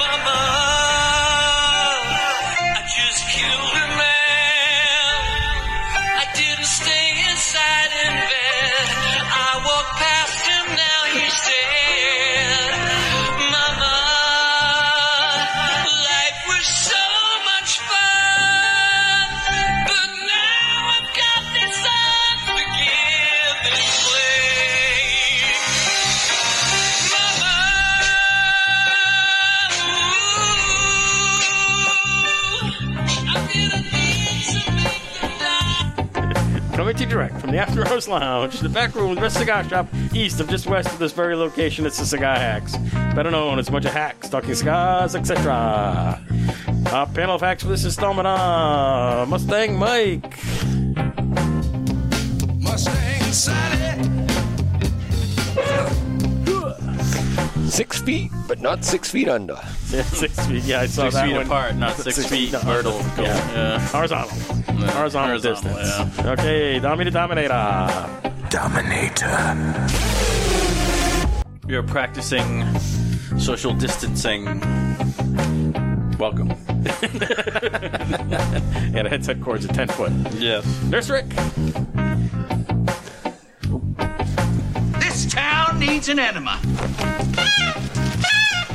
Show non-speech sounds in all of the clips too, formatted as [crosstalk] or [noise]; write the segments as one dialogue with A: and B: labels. A: Mama, I just killed a man. I didn't stay inside in bed. I walked past him, now he's dead. Mama, life was so much fun. But now I've got this unforgiving flame.
B: Coming to you direct from the After Hours Lounge, the back room of the best cigar shop east of just west of this very location. It's the Cigar Hacks, better known as a bunch of hacks talking cigars, etc. Our panel of hacks for this installment are Mustang Mike, [laughs]
C: Mustang Sally.
D: Six feet, but not six feet under.
B: yeah, six feet. Yeah, I saw
E: Six
B: that
E: feet
B: one.
E: apart, not six,
B: Six
E: feet
B: feet apart.
E: myrtle. Cool. Yeah.
B: Horizontal, horizontal,
E: horizontal,
B: distance. Okay, Dommy the Dominator.
C: Dominator.
E: We are practicing social distancing. Welcome.
B: Yeah, the headset cord's at ten foot.
E: Yes.
B: Nurse Rick.
F: This town needs an enema.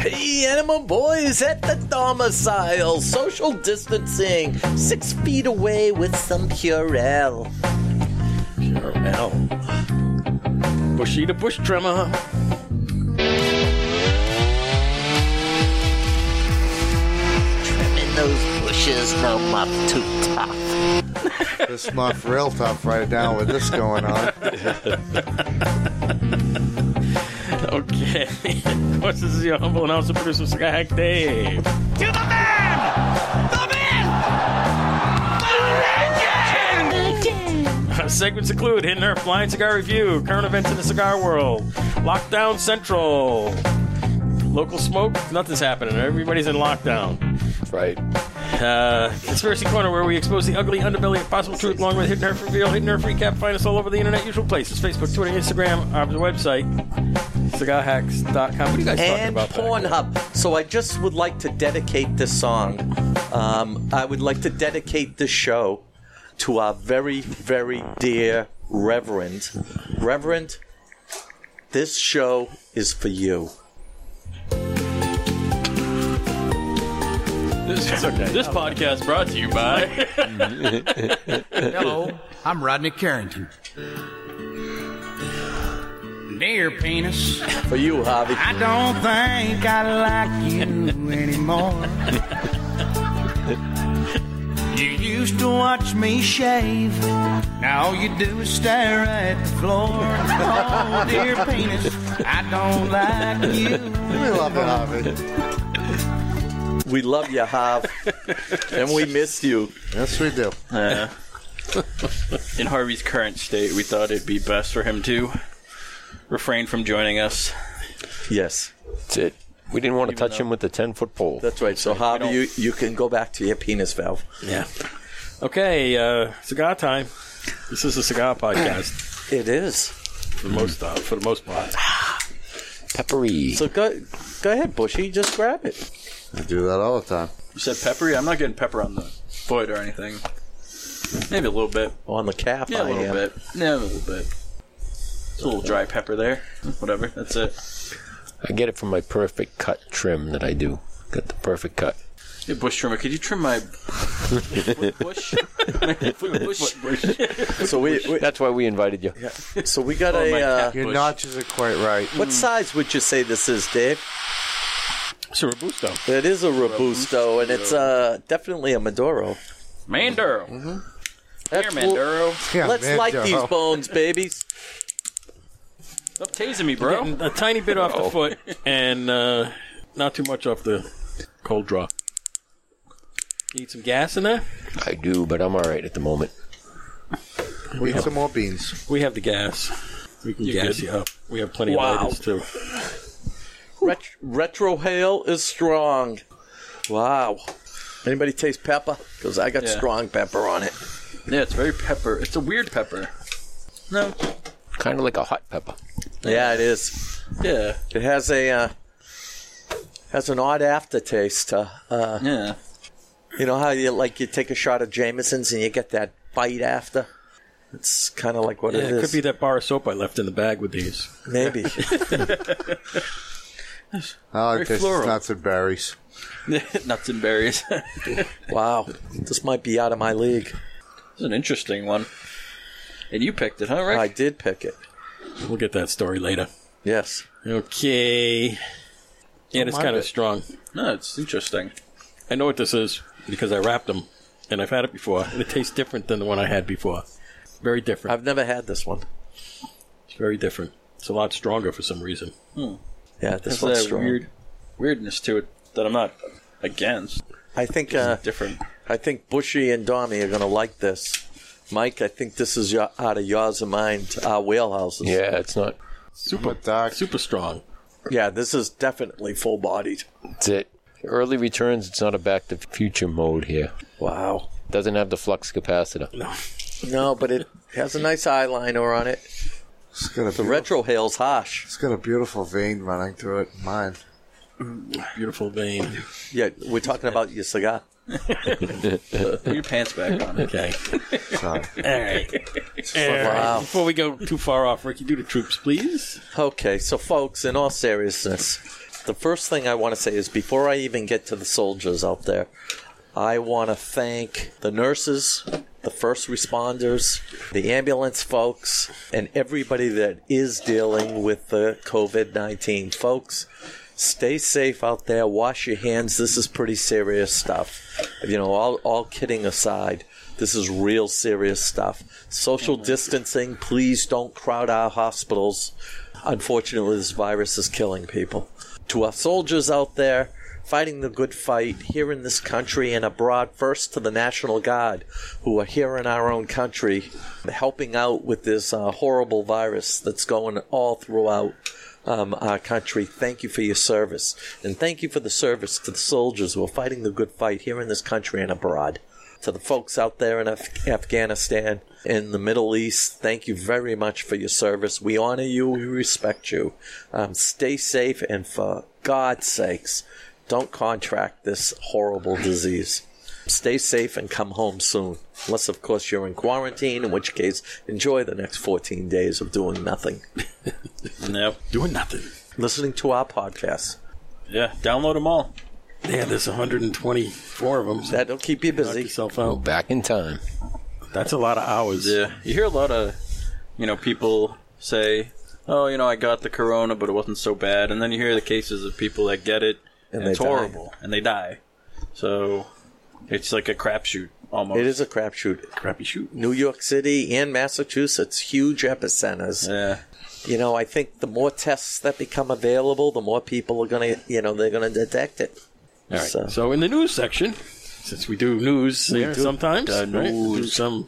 G: Hey, Animal Boys at the domicile. Social distancing. Six feet away with some Purell.
B: L. Bushy to bush trimmer.
G: Trimming those bushes no muff too tough.
H: This month, real tough right now with this going on.
B: Okay. [laughs] of course, this is your humble announcer, producer, Sky Hack Dave.
F: To the man! The man! The legend!
B: Our segments include Hidden Earth, Blind Cigar Review, current events in the cigar world, Lockdown Central, local smoke, nothing's happening. Everybody's in lockdown.
D: Right.
B: Uh, Conspiracy Corner, where we expose the ugly underbelly of possible truth along with Hidden Earth Reveal, Hidden Earth Recap. Find us all over the internet, usual places Facebook, Twitter, Instagram, our website, cigarhacks.com. What are you guys talking
G: And
B: about? back there?
G: Pornhub. So I just would like to dedicate this song. Um, I would like to dedicate this show to our very, very dear Reverend. Reverend, this show is for you.
E: This, this podcast brought to you by.
F: Hello, I'm Rodney Carrington. Dear penis,
G: For you, Harvey.
F: I don't think I like you anymore. You used to watch me shave. Now all you do is stare at the floor. Oh, dear penis, I don't like you.
H: We love it, Harvey.
G: We love you, Hav. and we miss you.
H: Yes, we do.
E: In Harvey's current state, we thought it'd be best for him to refrain from joining us.
G: Yes.
D: That's it. We didn't want to touch him with the 10 foot pole.
G: That's right. So, Harvey, you, you can go back to your penis valve.
B: Yeah. Okay, uh, cigar time. This is a cigar podcast
G: It is.
B: for the most uh, for the most part.
D: Peppery.
G: So, go, go ahead, Bushy. Just grab it.
H: I do that all the time.
E: You said peppery? I'm not getting pepper on the foot or anything. Maybe a little bit.
G: On the calf,
E: Yeah, a
G: I
E: little
G: am.
E: bit. Yeah, a little bit. It's a little dry pepper there. Whatever. That's it.
D: I get it from my perfect cut trim that I do. Got the perfect cut.
E: Hey, bush trimmer, could you trim my foot [laughs] bush? My foot bush.
G: So, we, we,
D: That's why we invited you.
G: so we got
E: my
G: a. Uh,
E: calf.
H: Your
E: Bush.
H: notches are quite right.
G: what size would you say this is, Dave?
B: It's a robusto.
G: It is a Robusto, and it's uh, definitely a Maduro.
E: Manduro. Here,
G: That's cool.
E: Manduro.
H: Yeah,
G: Let's
H: man,
G: light
H: Joe.
G: these bones, babies.
E: Stop tasing me, bro.
B: A tiny bit off the foot, and uh, not too much off the cold draw. Need some gas in there?
D: I do, but I'm all right at the moment.
H: We need some more beans.
B: We have the gas. We can gas you up. We have plenty
G: Wow.
B: of lighters too.
G: Ret- retrohale is strong. Wow. Anybody taste pepper? Because I got
E: Yeah.
G: strong pepper on it.
E: Yeah, it's very pepper. It's a weird pepper. No.
D: Kind of like a hot pepper.
G: Yeah, it is.
E: Yeah.
G: It has a uh, has an odd aftertaste. Uh, uh,
E: [laughs] Yeah.
G: you know how you like you take a shot of Jameson's and you get that bite after. It's kind of like what
E: Yeah,
G: it
E: it,
G: is.
E: could be that bar of soap I left in the bag with these. [laughs]
G: Maybe.
H: I
E: Very
H: like this
E: floral.
H: nuts and berries.
E: Nuts and berries. [laughs] this
G: wow, this might be out of my league.
E: is an interesting one. And you picked it, huh,
G: I
E: Rick?
G: did pick it.
E: We'll get that story later.
G: Yes.
B: Okay. And it's
H: my
B: kind of
H: bit.
B: strong.
E: No, it's interesting.
B: I know what this is because I wrapped them and I've had it before, and it tastes different than the one I had before. Very different.
G: I've never had this one.
B: It's very different. It's a lot stronger for some reason.
G: Yeah, this
E: It's
G: one's
E: that
G: strong.
E: weird weirdness to it that I'm not against.
G: I think uh,
E: Different.
G: I think Bushy and Dommy are going to like this. Mike, I think this is your, out of yours and mine, our wheelhouses.
D: Yeah, it's not.
B: Super
H: dark.
B: Super strong.
G: Yeah, this is definitely full bodied.
D: It's it. Early returns. It's not a back to future mode here.
G: Wow.
D: Doesn't have the flux capacitor.
G: No, but it has a nice eyeliner on it.
H: It's got a
G: The
H: beautiful,
G: retrohale's harsh.
H: it's got a beautiful vein running through it. Mine.
B: Beautiful vein.
G: Yeah, we're talking about your cigar.
E: Put your pants [laughs] back on.
B: Okay.
H: Sorry.
B: All right.
G: Wow.
B: Before we go too far off, Ricky, do the troops, please.
G: Okay, so folks, in all seriousness, the first thing I want to say is before I even get to the soldiers out there, I want to thank the nurses, the first responders, the ambulance folks, and everybody that is dealing with the COVID 19. Folks, stay safe out there. Wash your hands. This is pretty serious stuff. You know, all, all kidding aside, this is real serious stuff. Social distancing, please don't crowd our hospitals. Unfortunately, this virus is killing people. To our soldiers out there, fighting the good fight here in this country and abroad. First to the National Guard, who are here in our own country, helping out with this uh, horrible virus that's going all throughout um, our country. Thank you for your service. And thank you for the service to the soldiers who are fighting the good fight here in this country and abroad. To the folks out there in Af- Afghanistan, in the Middle East, thank you very much for your service. We honor you, we respect you. Um, stay safe, and for God's sakes, don't contract this horrible disease. Stay safe and come home soon. Unless, of course, you're in quarantine, in which case, enjoy the next 14 days of doing nothing,
E: No.
B: Doing nothing.
G: listening to our podcast.
E: Yeah. Download them all.
B: Yeah, there's 124 of them. So
G: That'll keep you
B: knock
G: busy.
B: yourself out.
D: Back in time.
B: That's a lot of hours.
E: Yeah. You hear a lot of, you know, people say, "Oh, you know, I got the corona, but it wasn't so bad." And then you hear the cases of people that get it and,
G: they
E: it's
G: die.
E: horrible and they die. So it's like a crapshoot almost.
G: It is a crapshoot.
E: crappy shoot.
G: New York City and Massachusetts, huge epicenters.
E: Yeah.
G: You know, I think the more tests that become available, the more people are going to, you know, they're going to detect it.
B: All right.
G: So-
B: So. in the news section, since we do news here sometimes,
E: the
B: right? We do
E: news.
B: some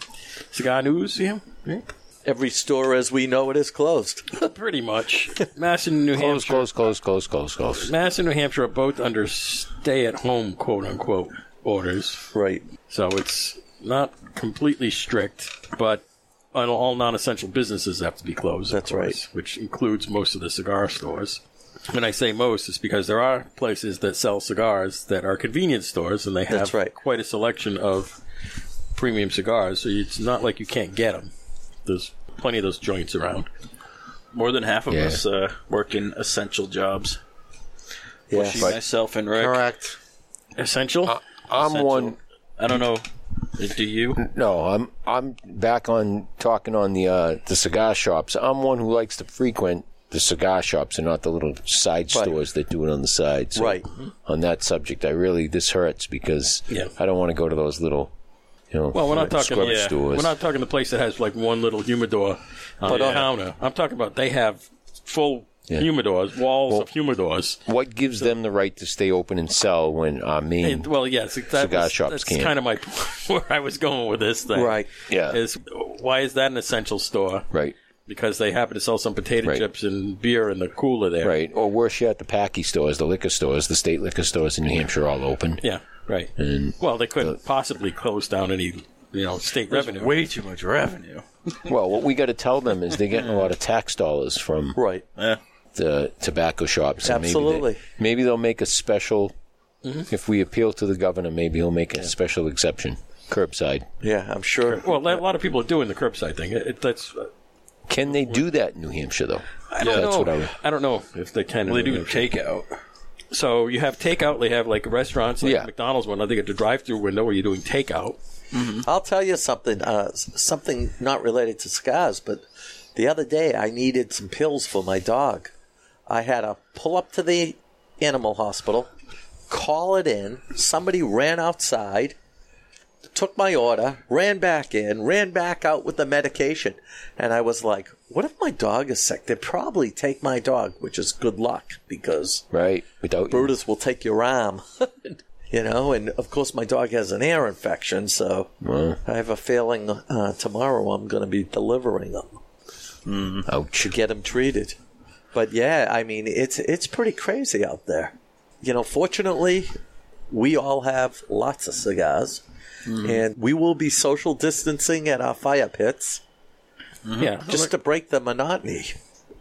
B: cigar news here. right?
G: Every store as we know it is closed.
B: Pretty [laughs] much. Mass and New
D: Close,
B: Hampshire.
D: close, close, close, close, close.
B: Mass and New Hampshire are both under stay-at-home quote-unquote orders.
G: right.
B: So it's not completely strict, but on- all non-essential businesses have to be closed. of
G: That's
B: course, Which includes most of the cigar stores. When I say most, it's because there are places that sell cigars that are convenience stores, and they have
G: That's right.
B: quite a selection of premium cigars. So it's not like you can't get them. There's plenty of those joints around.
E: More than half of
D: Yeah.
E: us uh, work in essential jobs.
G: Yeah.
E: She, myself, and Rick.
H: Correct.
B: Essential.
D: Uh, I'm
E: Essential.
D: one.
E: I don't know. Do you?
D: No, I'm I'm back on talking on the uh, the cigar shops. I'm one who likes to frequent the cigar shops and not the little side stores that do it on the side. So
G: Right.
D: On that subject, I really this hurts because
B: Yeah.
D: I don't want to go to those little, you know,
B: Well, we're not talking.
D: scrub
B: yeah,
D: stores. uh,
B: We're not talking the place that has like one little humidor on the
E: on-
B: counter. I'm talking about they have full
D: Yeah.
B: humidors, walls of humidors.
D: what gives them the right to stay open and sell when uh, our main
B: And, well, yes, that
D: Cigar
B: was-
D: shops
B: That's
D: can't.
B: kind of my [laughs] where I was going with this thing.
G: Right.
D: Yeah.
B: Is why is that an essential store?
D: right
B: Because they happen to sell some potato
D: Right.
B: chips and beer in the cooler there.
D: right or worse yet, the packy stores, the liquor stores, the state liquor stores in New Hampshire are all open.
B: Yeah.
E: Right.
D: And
B: Well, they couldn't possibly close down any, you know, state revenue.
E: Way too much revenue.
D: well, what we got to tell them is they're getting a lot of tax dollars from
G: Right.
E: Yeah.
D: the tobacco shops. and
G: Absolutely.
D: Maybe, they, maybe they'll make a special. If we appeal to the governor, maybe he'll make a special exception. Curbside.
G: Yeah, I'm sure.
B: Well, a lot of people are doing the curbside thing. It, it, that's uh,
D: Can they do that in New Hampshire though?
B: I don't
D: That's
B: know.
D: what I would-
B: I don't know if they can.
E: Well, they do takeout.
B: So you have takeout. They have like restaurants, like
D: Yeah.
B: McDonald's one. I think at the drive-through window where you're doing takeout.
G: I'll tell you something. Uh, s- something not related to cigars, but the other day I needed some pills for my dog. I had to pull up to the animal hospital, call it in. Somebody ran outside, took my order, ran back in, ran back out with the medication, and I was like, "What if my dog is sick? They'd probably take my dog, which is good luck because."
D: Right. Without
G: Brutus will take your arm. [laughs] you know, and of course, my dog has an ear infection, so I have a feeling uh, tomorrow I'm going to be delivering them
D: Ouch.
G: to get them treated. But yeah, I mean, it's it's pretty crazy out there. You know, fortunately, we all have lots of cigars,
B: Mm-hmm.
G: and we will be social distancing at our fire pits
B: Yeah,
G: just to break the monotony.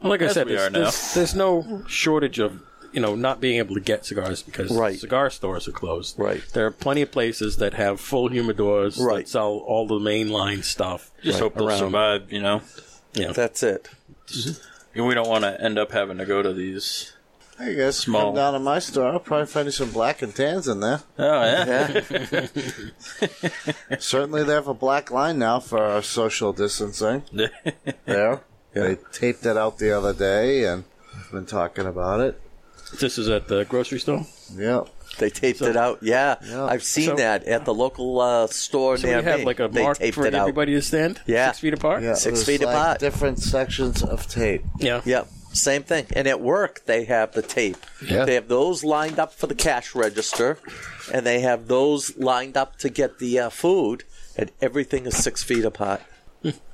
B: Well, like I
E: Yes,
B: said,
E: we
B: there's,
E: are now.
B: there's, there's no shortage of you know not being able to get cigars because
G: Right.
B: cigar stores are closed.
G: Right.
B: There are plenty of places that have full humidors
G: Right.
B: that sell all the mainline stuff.
E: Just hope they'll
B: around.
E: survive, you know?
B: Yeah.
G: That's it.
E: We don't want to end up having to go to these.
H: Hey guys,
E: Small.
H: come down to my store. I'll probably find you some black and tans in there.
E: Oh, yeah.
G: Yeah,
H: [laughs] Certainly, they have a black line now for our social distancing. there, they taped it out the other day, and I've been talking about it.
B: [laughs] This is at the grocery store.
H: Yeah,
G: they taped it out. Yeah,
H: Yeah.
G: I've seen
B: So-
G: that at the local uh, store
B: So
G: near
B: we have
G: me.
B: like a
G: they
B: mark
G: taped
B: for
G: it out.
B: everybody to stand.
G: Yeah.
B: Six feet apart.
H: yeah. it
G: Six
H: was
G: feet
H: like
G: apart.
H: Different sections of tape.
B: Yeah.
G: Yep, same thing. And at work, they have the tape.
D: Yeah.
G: They have those lined up for the cash register, and they have those lined up to get the uh, food, and everything is six feet apart.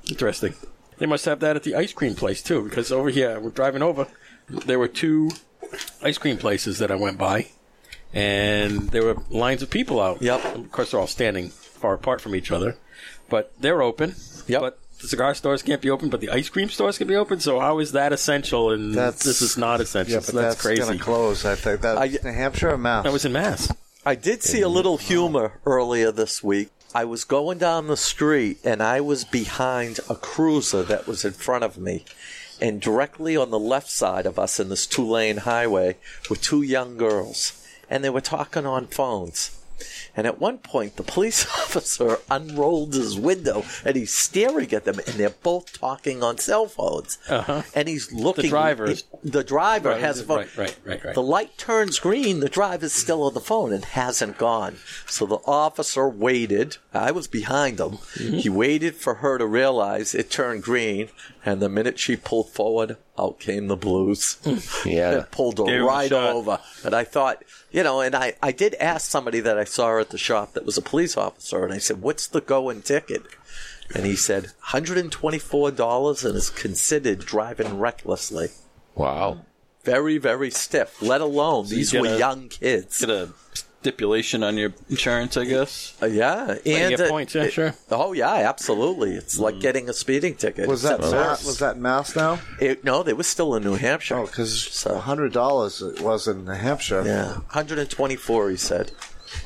B: Interesting. They must have that at the ice cream place too, because over here we're driving over. There were two ice cream places that I went by, and there were lines of people out.
G: Yep.
B: Of course, they're all standing far apart from each other, but they're open.
G: Yep.
B: But the cigar stores can't be open, but the ice cream stores can be open. So how is that essential? And
H: That's-
B: this is not essential.
H: Yeah, but
B: So
H: that's,
B: that's,
H: gonna
B: crazy.
H: close. I think that
G: I-
H: New Hampshire or Mass.
B: I was in Mass.
G: I did see a little humor earlier this week. I was going down the street and I was behind a cruiser that was in front of me. And directly on the left side of us in this two lane highway were two young girls. And they were talking on phones. And at one point, the police [laughs] officer unrolled his window and he's staring at them, and they're both talking on cell phones.
B: Uh-huh.
G: And he's looking.
B: driver is-
G: the driver
B: Right,
G: has a phone.
B: right, right, right, right.
G: The light turns green, the drive is still on the phone and hasn't gone. So the officer waited. I was behind him. He waited for her to realize it turned green, and the minute she pulled forward, out came the blues.
D: Yeah.
G: And pulled her
E: Gave him a
G: right
E: shot.
G: over. And I thought, you know, and I, I did ask somebody that I saw at the shop that was a police officer, and I said, What's the going ticket? And he said, $124 and is considered driving recklessly
D: Wow.
G: very, very stiff. Let alone these
E: get
G: were
E: a-
G: young kids.
E: Get a stipulation on your insurance, I guess.
G: Uh, yeah,
B: You
G: and
B: get
G: uh,
B: points, yeah,
G: it-
B: sure. Mm.
G: oh yeah, absolutely. It's like getting a speeding ticket.
H: was that
G: except
H: Ma-
G: worse.
H: was that Mass now?
G: It- no, they were still in New Hampshire.
H: Oh, because
G: So-
H: a hundred dollars it was in New Hampshire.
G: yeah, 124. He said,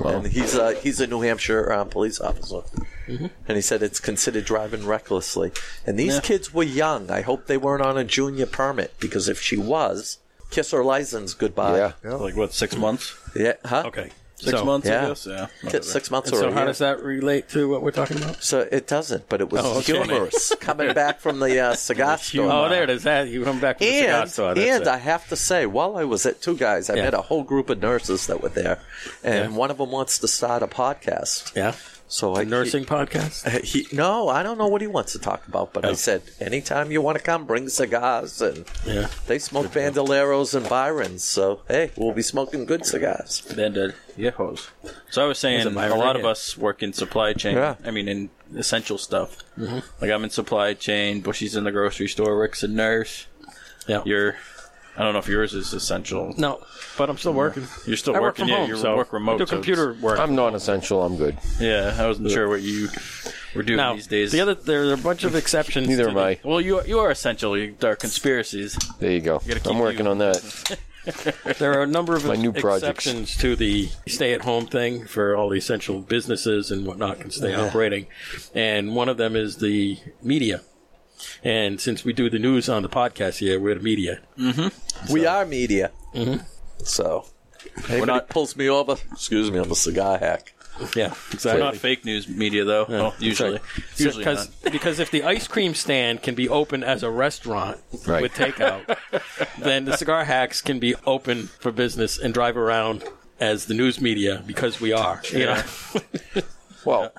G: and he's a he's a New Hampshire um, police officer.
B: Mm-hmm.
G: And he said it's considered driving recklessly. And these kids were young. I hope they weren't on a junior permit because if she was, kiss her license goodbye.
D: Yeah.
E: Like, what, six months?
G: Yeah, huh?
B: Okay.
E: Six
B: so,
E: months,
G: yeah.
E: I guess? Yeah.
G: Ki-
E: whatever.
G: Six months or
B: So
G: a
B: how
G: year.
B: does that relate to what we're talking about?
G: So it doesn't, but it was
B: Oh, okay. [laughs]
G: humorous coming back from the uh, cigar store.
B: Oh, there it is. That you come back from the cigar
G: And,
B: store. That's
G: and
B: it.
G: I have to say, while I was at Two Guys, I
B: Yeah.
G: met a whole group of nurses that were there, and one of them wants to start a podcast.
B: yeah,
G: So I
B: nursing podcast.
G: He, he- no, I don't know what he wants to talk about,
B: Oh.
G: but I said, anytime you want to come, bring cigars, and
B: Yeah.
G: they smoke bandoleros and Byrons. So hey, we'll be smoking good cigars.
E: Then the yehos. So I was saying,
B: Is
E: a
B: it my
E: lot
B: ring?
E: of us work in supply chain.
G: Yeah.
E: I mean, in essential stuff.
B: Mm-hmm.
E: Like I'm in supply chain. Bushy's in the grocery store. Rick's a nurse.
B: Yeah.
E: You're I don't know if yours is essential.
B: [laughs] No, but I'm still working.
E: You're still
B: I work
E: working.
B: from
E: yeah,
B: home,
E: you
B: so
E: work
B: I do
E: remote. so it's-
B: computer work.
D: I'm non-essential. I'm good.
E: yeah, I wasn't sure what you were doing
B: now,
E: these days.
B: the other there are a bunch of exceptions.
D: Neither
B: to
D: am
B: the-
D: I.
E: well, you you are essential. You, there are conspiracies.
D: There you go.
E: gotta keep
D: I'm working
E: you-
D: on that.
B: [laughs] There are a number of
D: My new projects.
B: exceptions to the stay-at-home thing for all the essential businesses and whatnot can stay operating, and one of them is the media. And since we do the news on the podcast here, we're the media.
G: We are media. Mm-hmm. So, anybody
E: not-
G: pulls me over, excuse me, I'm a cigar hack.
B: Yeah,
E: They're
B: exactly.
E: not fake news media though.
B: Oh,
D: [laughs]
E: Well, usually, usually
B: because because if the ice cream stand can be open as a restaurant
D: Right.
B: with
D: [laughs]
B: takeout, then the cigar hacks can be open for business and drive around as the news media because we are. You know?
D: Well,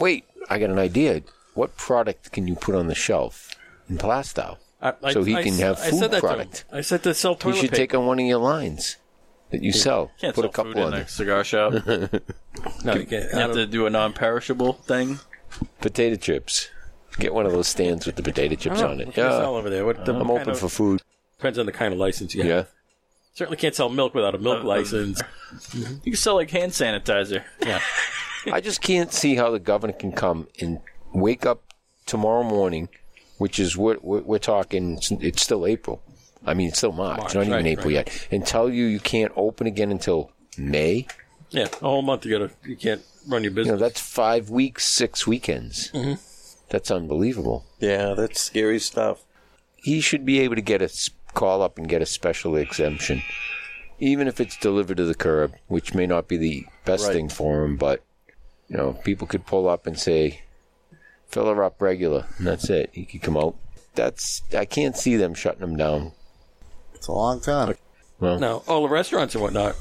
D: wait. I got an idea. What product can you put on the shelf in Plastow?
B: I, I-
D: So he
B: I
D: can
B: s-
D: have
B: I
D: food
B: said that to him.
D: product.
B: I said to sell
D: You
B: toilet
D: should
B: paper.
D: take on one of your lines that you sell.
E: not. Can't
D: put a
E: sell food
D: couple
E: in
D: on
E: a
D: there.
E: cigar
D: [laughs]
E: shop. you
B: no, you can't. I
E: have to
B: don't-
E: do a non-perishable thing.
D: Potato chips. Get one of those stands with the potato chips on it.
B: What do you sell
D: Yeah.
B: over there? What, the,
D: I'm
B: what
D: open
B: kind
D: for
B: of,
D: food.
B: depends on the kind of license you have.
D: Yeah.
B: Certainly can't sell milk without a milk license.
E: Uh, [laughs] You can sell like hand sanitizer.
D: I just can't see how the governor can come and wake up tomorrow morning, which is what we're, we're talking. It's, it's still April. I mean, it's still March.
B: March,
D: not even
B: right,
D: April yet. And tell you you can't open again until May.
B: Yeah, a whole month you gotta you can't run your
D: You know,
B: business.
D: that's five weeks, six weekends.
B: Mm-hmm.
D: That's unbelievable.
G: Yeah, that's scary stuff.
D: He should be able to get a s- call up and get a special exemption, even if it's delivered to the curb, which may not be the best thing for him. But you know, people could pull up and say, "Fill her up regular," and that's it. He could come out. That's I can't see them shutting him down.
H: It's a long time.
B: now all the restaurants and whatnot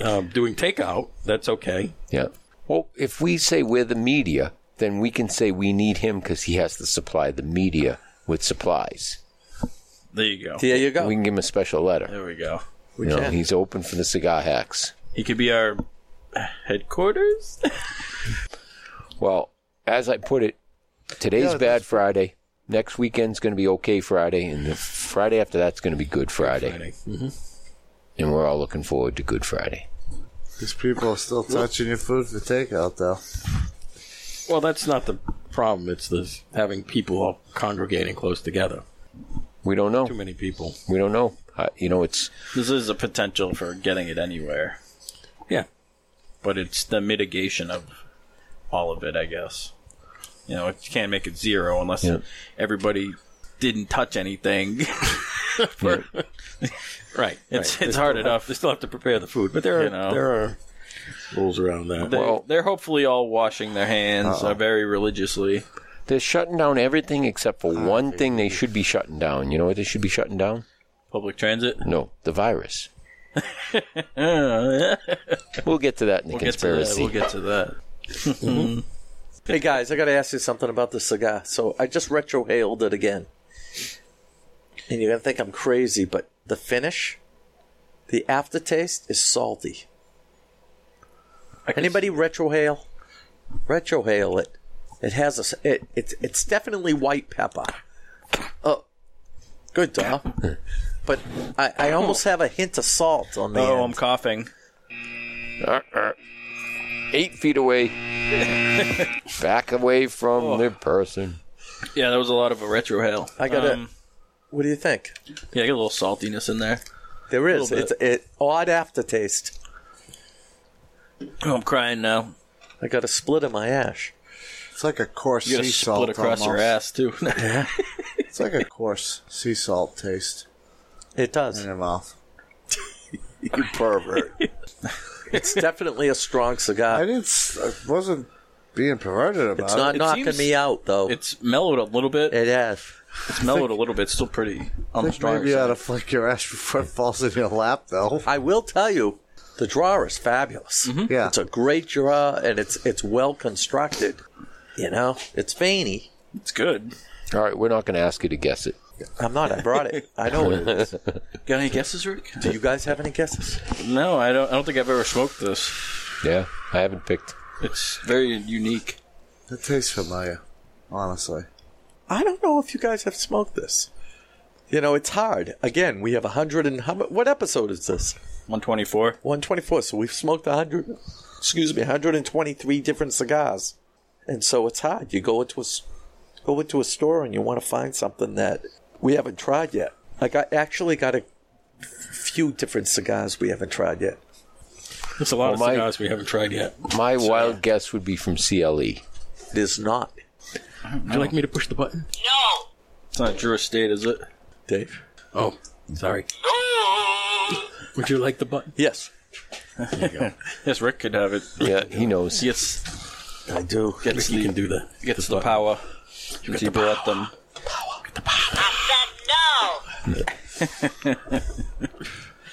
B: um, doing takeout. That's okay.
D: Yeah. Well, if we say we're the media, then we can say we need him because he has to supply the media with supplies.
E: There you go.
G: There you go.
D: We can give him a special letter.
E: There we go.
D: You know, he's open for the cigar hacks.
E: He could be our headquarters. [laughs]
D: Well, as I put it, today's bad Friday. Next weekend's going to be okay Friday, and the Friday after that's going to be Good Friday. Mm-hmm. And we're all looking forward to Good Friday.
H: These people are still touching your food for takeout, though.
B: Well, that's not the problem. It's the having people all congregating close together.
D: We don't know.
B: Too many people.
D: We don't know. Uh, you know, it's
E: this is a potential for getting it anywhere,
B: Yeah.
E: but it's the mitigation of all of it, I guess. You know, you can't make it zero unless
D: Yeah.
E: everybody didn't touch anything. [laughs]
B: Right.
E: It's
B: right.
E: it's
B: They
E: hard
B: still-
E: enough.
B: They still have to prepare the food, but there are
E: You know.
B: there are rules around that.
E: They,
D: Well-
E: they're hopefully all washing their hands uh, very religiously.
D: they're shutting down everything except for one thing Ah, they should be shutting down. You know what they should be shutting down?
E: Public transit.
D: No, the [laughs] virus. we'll get to that in the
E: We'll get to that.
D: conspiracy.
E: We'll get to that.
G: Hey guys, I got to ask you something about the cigar. So I just retrohaled it again, and you're gonna think I'm crazy, but the finish, the aftertaste is salty. Anybody retrohale? Retrohale it. It has a. s- It, it's it's definitely white pepper. Oh,
E: [laughs]
G: good Tom. But I, I almost have a hint of salt on the
E: Oh,
G: end.
E: I'm coughing.
D: Uh-uh. Eight feet [laughs] away. Back away from the person.
E: Yeah, that was a lot of a retrohale.
G: I got
E: um,
G: What do you think?
E: Yeah, I got a little saltiness in there.
G: There is. It's it odd aftertaste.
E: Oh, I'm crying now.
G: I got a split in my ash.
H: It's like a coarse
E: You got
H: sea
E: to
H: salt.
E: split across your
H: almost.
E: ass too. [laughs]
H: It's like a coarse sea salt taste
G: It
H: in
G: does. [laughs]
H: your mouth.
D: You pervert.
G: It's definitely a strong
H: I
G: cigar.
H: didn't. s- I wasn't being perverted about
G: It's not
H: it.
G: knocking
E: seems-
G: me out though.
E: it's mellowed a little bit.
G: it has.
E: It's mellowed a little bit. It's still pretty on the
H: Think
E: stronger
H: Maybe you ought
E: side.
H: to flick your ass before it falls in your lap, though.
G: I will tell you, the drawer is fabulous.
H: Yeah.
G: It's a great drawer, and it's it's well constructed. You know, it's veiny.
E: It's good.
D: All right, we're not going to ask you to guess it.
G: I'm not. I brought it. I know what it
H: [laughs]
G: is.
E: Got any guesses, Rick?
G: Do you guys have any guesses?
E: No, I don't. I don't think I've ever smoked this.
D: Yeah, I haven't picked.
E: It's very unique.
H: It tastes familiar, honestly.
G: I don't know if you guys have smoked this. You know, it's hard. Again, we have a hundred and how, mu- what episode is this?
E: [laughs] 124.
G: 124. So we've smoked a 100, excuse me, 123 different cigars. And so it's hard. You go into a, s- go into a store and you want to find something that we haven't tried yet. Like I actually got a few different cigars we haven't tried yet.
B: There's a lot
D: Well, my-
B: of cigars we haven't tried yet.
D: My wild guess would be from E. CLE.
G: There's not,
B: Would you like me to push the button?
A: No.
E: It's not Drew Estate, is it?
G: Dave.
B: Oh, sorry.
A: No.
B: Would you like the button?
G: Yes,
E: Yes, Rick could have it.
D: Yeah, he knows.
E: Yes,
G: I do.
E: gets
B: You can
E: the,
B: do the.
E: gets the power. Since he bought them.
A: I said no.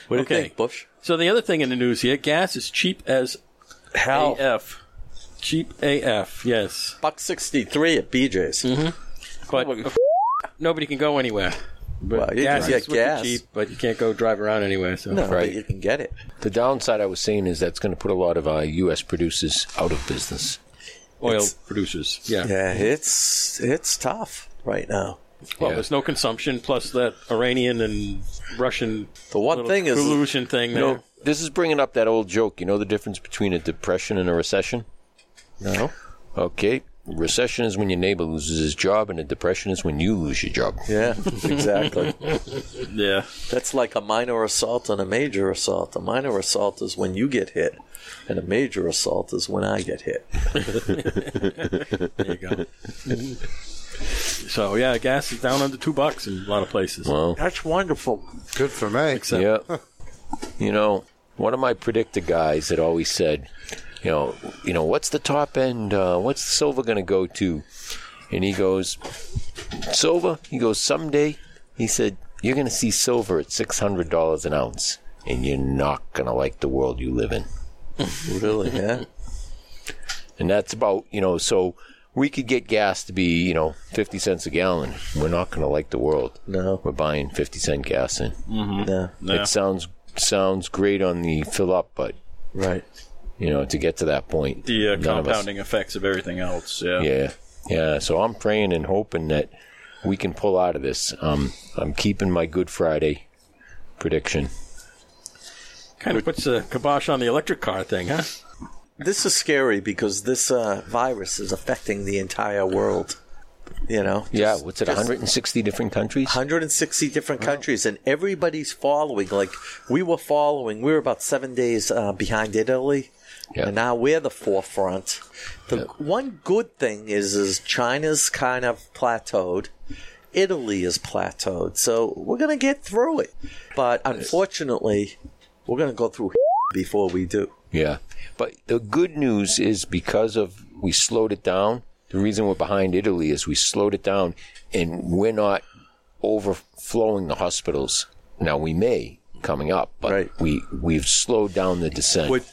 G: What do
B: Okay.
G: you think, Bush?
B: So the other thing in the news here, gas is cheap as
G: How?
B: AF. Cheap AF, yes.
G: Buck 63 at BJ's.
B: Mm-hmm. But nobody can go anywhere. But
G: Well, you
B: gas
G: can
B: is
G: get
B: wicked
G: gas.
B: cheap, but you can't go drive around anywhere. So
G: No,
D: Right.
G: but you can get it.
D: The downside I was saying is that's going to put a lot of uh, U.S. producers out of business.
B: oil producers, yeah.
G: Yeah, it's it's tough right now.
B: Well,
D: Yeah.
B: there's no consumption. Plus that Iranian and Russian
G: The one
B: little
G: thing is,
B: collusion thing.
D: You know,
B: there.
D: this is bringing up that old joke. You know the difference between a depression and a recession?
G: no,
D: Okay. Recession is when your neighbor loses his job, and a depression is when you lose your job.
G: yeah, exactly.
E: Yeah.
G: That's like a minor assault and a major assault. A minor assault is when you get hit, and a major assault is when I get hit.
B: There you go. so yeah, gas is down under two bucks in a lot of places.
D: Well,
H: [laughs] That's wonderful. Good for me.
B: Except
D: yeah. you know, one of my predictor guys had always said, you know, you know, what's the top end? Uh, what's silver going to go to? And he goes, silver. He goes someday. He said, you're going to see silver at six hundred dollars an ounce, and you're not going to like the world you live in.
G: Really? Yeah.
D: and that's about you know so we could get gas to be you know 50 cents a gallon we're not going to like the world
G: No.
D: we're buying 50 cent gas in
G: No.
E: Yeah.
D: it sounds sounds great on the fill up but
G: Right.
D: you know to get to that point
E: The uh,
D: none of us-
E: compounding effects of everything else. Yeah.
D: yeah yeah so i'm praying and hoping that we can pull out of this um, i'm keeping my good friday prediction
B: kind of puts a kibosh on the electric car thing, huh?
G: This is scary because this uh, virus is affecting the entire world. You know.
D: yeah
G: Just-
D: what's it
G: just-
D: 160 different countries
G: 160 different countries, and everybody's following. Like we were following, we were about seven days uh, behind Italy,
D: Yeah.
G: and now we're the forefront. The one good thing is, is China's kind of plateaued. Italy is plateaued, so we're gonna get through it. But unfortunately, we're gonna go through [laughs] before we do.
D: Yeah. But the good news is because of we slowed it down. The reason we're behind Italy is we slowed it down and we're not overflowing the hospitals. Now we may coming up, but
G: Right.
D: we we've slowed down the descent.
G: What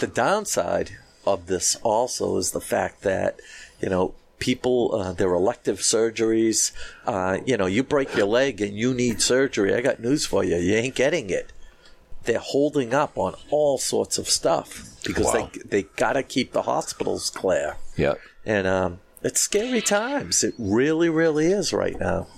G: the downside of this also is the fact that you know people uh, their elective surgeries. Uh, you know, you break your leg and you need surgery. I got news for you. You ain't getting it. They're holding up on all sorts of stuff because
D: Wow.
G: they they gotta keep the hospitals clear.
D: yeah.
G: And um, it's scary times. It really, really is right now.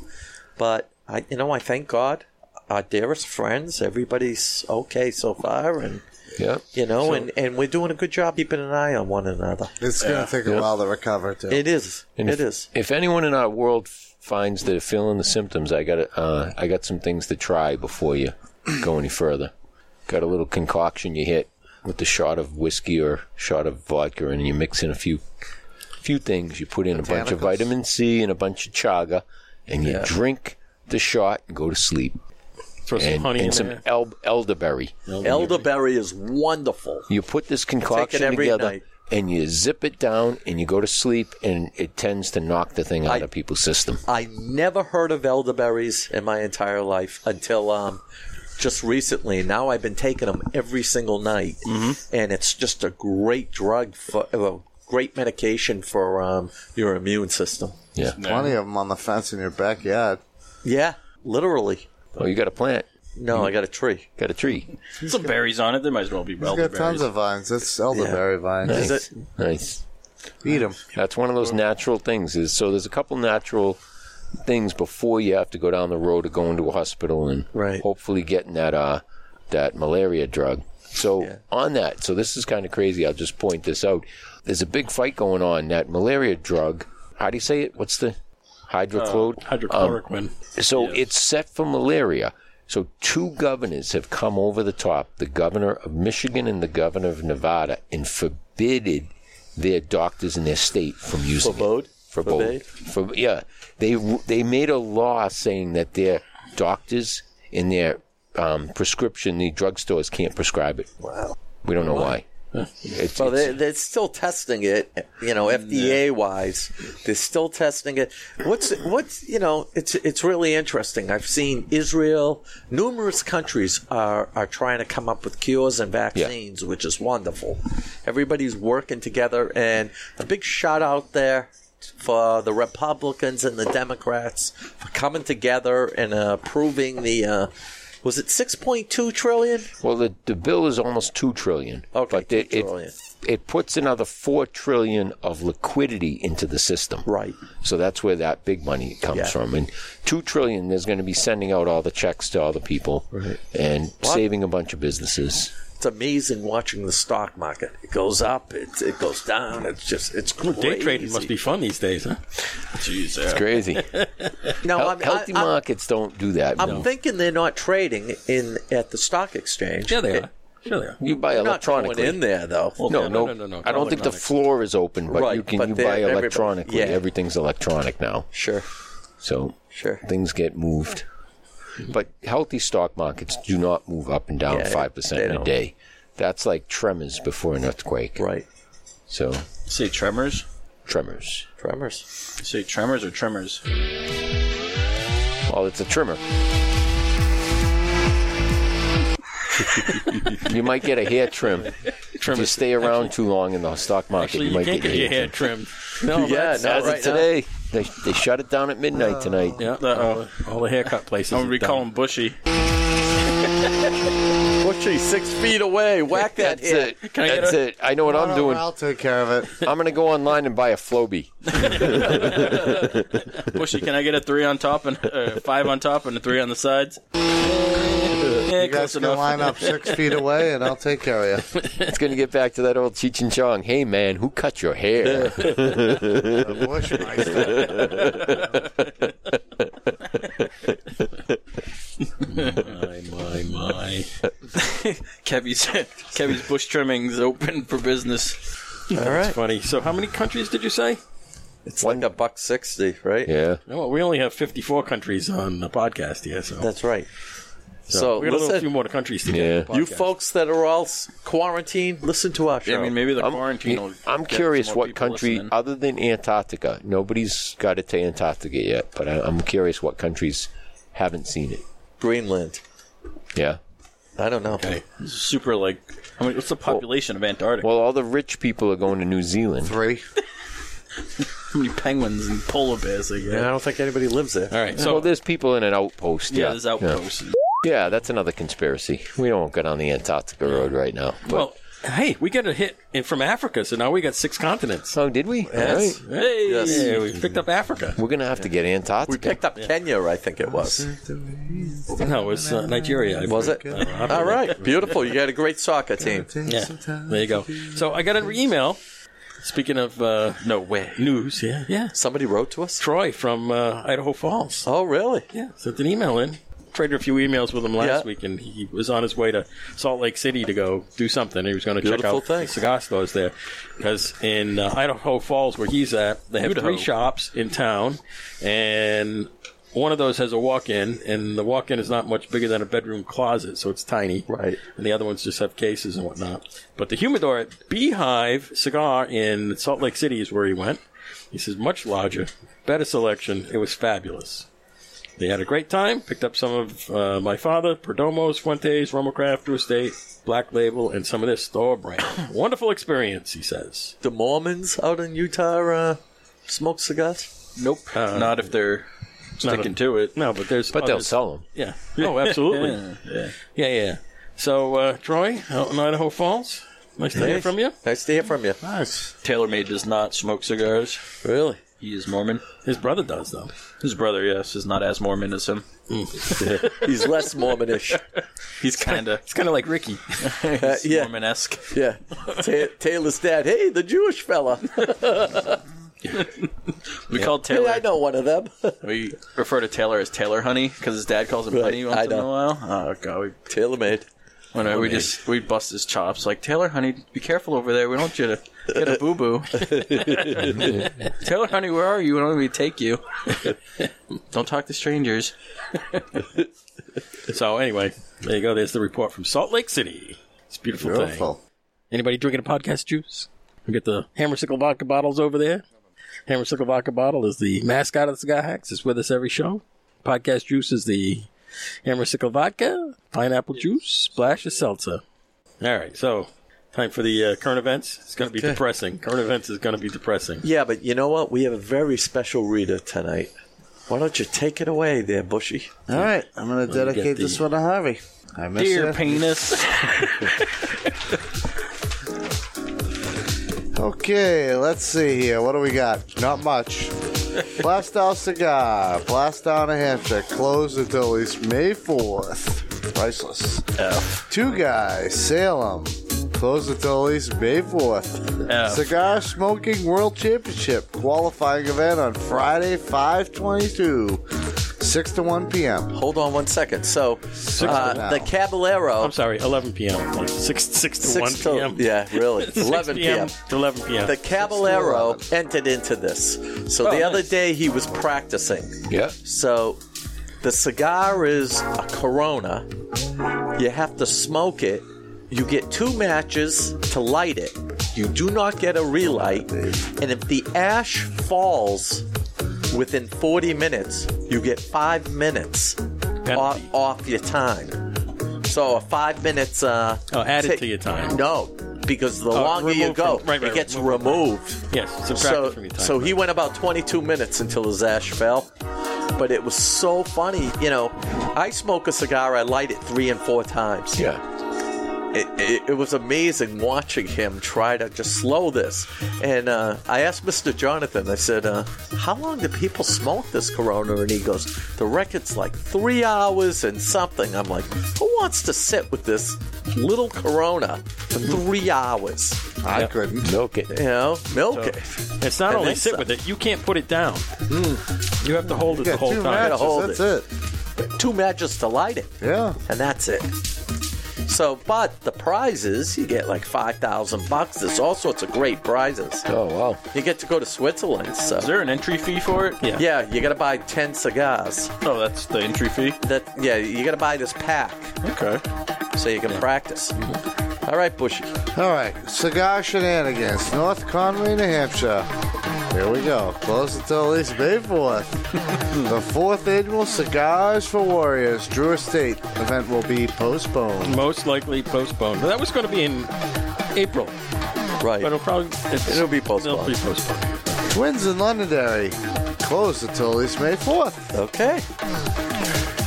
G: But I, you know, I thank God. Our dearest friends, everybody's okay so far, and
D: Yeah.
G: you know, and, and we're doing a good job keeping an eye on one another.
H: It's going to take a while to recover, too.
G: It is.
D: And
G: it
D: if,
G: is.
D: If anyone in our world f- finds they're feeling the symptoms, I got uh, I got some things to try before you go any further. Got a little concoction you hit with a shot of whiskey or shot of vodka, and you mix in a few few things. You put in a bunch of
H: Botanicals.
D: vitamin C and a bunch of chaga, and you drink the shot and go to sleep.
B: Throw some
D: And,
B: honey in
D: and some
B: there.
D: el- elderberry.
G: Elderberry is wonderful.
D: You put this concoction
G: every
D: together.
G: night.
D: And you zip it down, and you go to sleep, and it tends to knock the thing out
G: I-
D: of people's system.
G: I never heard of elderberries in my entire life until um, just recently. Now I've been taking them every single night, and it's just a great drug for, well, great medication for um, your immune system.
D: Yeah.
H: Plenty of them on the fence in your backyard.
G: Yeah, literally.
D: Oh, you got a plant,
G: No, I got a tree.
D: got a tree.
E: Some berries on it. There might as well be
H: He's got tons
E: elderberries.
H: of vines. It's elderberry vines.
G: Is it?
D: Nice.
H: Eat them.
D: That's one of those natural things. Is so there's a couple natural things before you have to go down the road of going to a hospital and
G: Right.
D: hopefully getting that uh, that malaria drug. So on that, so this is kind of crazy. I'll just point this out. There's a big fight going on. That malaria drug. How do you say it? What's the hydrochloride?
E: Hydrochloroquine.
D: So it's set for malaria. So two governors have come over the top, the governor of Michigan and the governor of Nevada, and forbidded their doctors in their state from using
G: Forbode?
D: it. For both.
G: Forbade?
D: For yeah, they they made a law saying that their doctors in their um, prescription, the drugstores can't prescribe it. Wow. We don't know why. It's,
G: Well,
D: it's-
G: they, they're still testing it, you know, FDA wise. They're still testing it. What's what's you know, it's it's really interesting. I've seen Israel, numerous countries are are trying to come up with cures and vaccines, which is wonderful. Everybody's working together, and a big shout out there for the Republicans and the Democrats for coming together and uh, approving the. Uh, was it six point two trillion?
D: Well, the, the bill is almost two trillion.
G: Okay,
D: but it,
G: 2 trillion.
D: it it puts another four trillion of liquidity into the system.
G: Right.
D: So that's where that big money comes
G: Yeah.
D: from. And two trillion is going to be sending out all the checks to all the people and saving a bunch of businesses.
G: it's amazing watching the stock market. It goes up, it it goes down. It's just it's crazy.
B: Day trading must be fun these days, huh?
E: Jeez, yeah.
D: Crazy.
G: [laughs] no.
D: Hel-
G: I'm,
D: healthy
G: I, I,
D: markets don't do that.
G: I'm
D: No.
G: thinking they're not trading in at the stock exchange.
B: Yeah, they are. Sure, they are.
D: you buy
G: They're not
D: electronically.
G: going in there though.
D: No,
B: Yeah, no,
D: no,
B: no, no, no.
D: I don't think the
B: Electronic.
D: floor is open, but
G: Right,
D: you can
G: but
D: you
G: they're-
D: buy
G: everybody-
D: electronically.
G: yeah.
D: Everything's electronic now.
G: Sure,
D: So
G: Sure.
D: things get moved. But healthy stock markets do not move up and down
G: Yeah,
D: five percent
G: they
D: in a
G: don't.
D: day. That's like tremors before an earthquake.
G: right.
D: So
E: Say tremors.
D: tremors.
G: Tremors.
E: You say tremors or tremors?
D: Well, it's a tremor. [laughs] you might get a hair trim. If you stay around too long in the stock market,
B: Actually,
D: you
B: you
D: might
B: can't get your hair trimmed.
D: No,
G: [laughs] Yeah,
D: that's-
G: not
D: as of
G: right now.
D: today. They, they shut it down at midnight tonight.
B: Yeah,
E: Uh-oh.
B: all the haircut places.
E: I'm gonna be
B: are done.
E: calling Bushy.
G: Bushy six feet away. Whack that
D: That's
G: hit.
D: it.
E: Can I get
D: That's
E: a-
D: it. I know what I'm doing.
H: Oh, I'll take care of
D: [laughs]
H: it.
D: I'm gonna go online and buy a Floby.
E: Bushy, can I get a three on top and uh, five on top and a three on the sides? Yeah,
H: You guys
E: close
H: can
E: enough.
H: line up six feet away, and I'll take care of you.
D: It's gonna get back to that old Cheech and Chong. Hey man, who cut your hair?
H: The Bushmeister.
E: My, my, [laughs] my. Kevy's, Kevy's bush trimmings open for business.
G: All right.
B: Funny. So, how many countries did you say?
G: It's like a buck sixty,
D: [laughs]
G: right?
D: yeah.
B: No, we only have 54 countries on the podcast here, so
G: That's right. So,
B: we got a little few
G: listen,
B: more countries to get.
D: Yeah.
B: on the
G: you
B: podcast.
G: folks that are all s- quarantined, listen to our show.
E: I mean, maybe the
D: I'm,
E: quarantine will
D: I'm
E: get
D: curious
E: some more
D: what
E: people
D: country
E: listening.
D: other than Antarctica. Nobody's got it to Antarctica yet, but I, I'm curious what countries haven't seen it.
G: Greenland.
D: Yeah.
G: I don't know.
E: Okay. Super, like, I mean, what's the population of Antarctica?
D: Well, all the rich people are going to New Zealand.
H: Three.
E: How many penguins and polar bears they got?
G: I don't think anybody lives there.
E: All right, so
D: Well, there's people in an outpost.
E: yeah,
D: Yeah,
E: there's outposts.
D: Yeah. Yeah, that's another conspiracy. We don't get on the Antarctica road right now. But,
B: Well, hey, we got a hit in- from Africa, so now we got six continents.
D: so did we?
G: Yes.
D: All right.
B: Hey,
G: Yes.
B: yeah, we picked up Africa.
D: We're gonna have to get Antarctica.
G: We picked up Kenya, I think it was.
B: No, it was uh, Nigeria. I
G: Was
B: think.
G: it?
B: I don't know.
G: All right, beautiful. You got a great soccer team.
B: Yeah, there you go. So I got an email. Speaking of uh,
E: No way.
B: news, yeah, yeah.
G: Somebody wrote to us.
B: Troy from uh, Idaho Falls.
G: Oh, really?
B: Yeah, sent an email in. Traded a few emails with him last
G: Yeah.
B: week, and he was on his way to Salt Lake City to go do something. He was going to check
G: Beautiful
B: out
G: thing.
B: the cigar stores there, because in uh, Idaho Falls, where he's at, they have
E: Idaho.
B: three shops in town, and one of those has a walk-in, and the walk-in is not much bigger than a bedroom closet, so it's tiny.
G: Right.
B: And the other ones just have cases and whatnot. But the humidor at Beehive Cigar in Salt Lake City is where he went. He says much larger, better selection. It was fabulous. They had a great time. Picked up some of uh, my father, Perdomos, Fuentes, Romocraft, Drew Estate, Black Label, and some of their store brand. Wonderful experience, he says.
G: The Mormons out in Utah uh, smoke cigars.
E: Nope. Uh, not if they're sticking to it.
B: No, but there's
D: but they'll
B: others.
D: sell them.
B: Yeah. Oh, absolutely.
E: [laughs]
B: yeah. yeah, yeah. So, uh, Troy, out in Idaho Falls, nice to hear from you.
G: Nice to hear from you.
H: Nice.
E: Taylor made does not smoke cigars.
G: Really?
E: He is Mormon.
B: His brother does though.
E: His brother, yes, is not as Mormon as him.
G: He's less Mormonish.
E: He's kind of
B: It's kind of like Ricky.
G: Uh, [laughs] yeah,
E: Mormon-esque.
G: yeah. Ta- Taylor's dad. Hey, the Jewish fella.
E: We call
G: Hey,
E: Taylor.
G: I know one of them. [laughs]
E: We refer to Taylor as Taylor Honey because his dad calls him
G: Right,
E: Honey once
G: I
E: in a
G: know.
E: while. Oh god, we,
G: Taylor made.
E: when I- we just we bust his chops like Taylor Honey. Be careful over there. We don't want you to get
G: [laughs]
E: a boo boo. Taylor Honey, where are you? We don't want me to take you. don't talk to strangers.
B: [laughs] so anyway, there you go. There's the report from Salt Lake City. It's a beautiful, thing.
H: Beautiful.
B: Anybody drinking a podcast juice? We got the Hammersickle vodka bottles over there. Hammersickle vodka bottle is the mascot of the Cigar Hacks. It's with us every show. Podcast juice is the Hammersickle vodka, pineapple juice, splash of seltzer. All right, so time for the uh, current events. It's going to be depressing. Current events is going to be depressing.
G: Yeah, but you know what? We have a very special reader tonight. Why don't you take it away, there, Bushy?
H: All right, I'm going to dedicate
B: the-
H: this one to Harvey. I miss
E: Dear
H: you.
E: penis.
H: Okay, let's see here. What do we got? Not much. Blast out cigar. Blast down a handshake. Closed until at least May 4th. Priceless. Two guys. Salem. Closed until at least May 4th.
E: F.
H: Cigar Smoking World Championship qualifying event on Friday, 522. 6 to 1 p.m.
G: Hold on one second. So, uh,
H: now.
G: the Caballero.
B: I'm sorry, 11 p.m. Like six six to one
G: [laughs] six to-
B: p.m.
G: Yeah, really. 11 p.m.
B: to 11 p.m.
G: The Caballero entered into this. So the other day he was practicing.
D: Yeah.
G: So the cigar is a Corona. You have to smoke it. You get two matches to light it. You do not get a relight. And if the ash falls within 40 minutes, you get five minutes off,
B: Penalty.
G: off your time. So a five minutes. Uh,
B: Oh, add it
G: tick-
B: to your time. Oh,
G: No, because the longer you
B: removed from-
G: go,
B: right, right,
G: it
B: right,
G: gets
B: removed from-
G: removed.
B: yes, subtract
G: So,
B: it from your time.
G: so he went about 22 minutes until his ash fell. But it was so funny. You know, I smoke a cigar, I light it three and four times.
D: Yeah.
G: It, it, it was amazing watching him try to just slow this. And uh, I asked Mr. Jonathan, I said, uh, How long do people smoke this Corona? And he goes, The record's like three hours and something. I'm like, Who wants to sit with this little Corona for three hours?
H: I couldn't.
D: Milk it.
G: You know, milk it.
B: It's not
G: I
B: only
G: think
B: sit
G: so. Hmm.
B: with it, you can't put it down. You have to hold it
H: Yeah,
B: the whole
H: two
B: time.
G: matches. hold
H: matches. That's
G: it.
H: it.
G: Two matches to light it.
H: Yeah.
G: and that's it. So, but the prizes you get like five thousand bucks. There's all sorts of great prizes.
D: Oh wow.
G: You get to go to Switzerland. So,
E: Is there an entry fee for it?
B: Yeah.
G: yeah, you got to buy ten cigars.
E: Oh, that's the entry fee.
G: That yeah, you got to buy this pack
E: Okay.
G: so you can practice. All right, Bushy.
H: All right, cigar shenanigans, North Conway, New Hampshire. Here we go. Close until at least May
G: [laughs]
H: 4th. the fourth annual Cigars for Warriors Drew Estate event will be postponed.
B: Most likely postponed. But that was going to be in April,
G: Right.
B: but it'll probably it's-
G: It'll be postponed.
B: It'll be postponed.
H: Twins in Londonderry. Closed until at least May 4th.
G: Okay.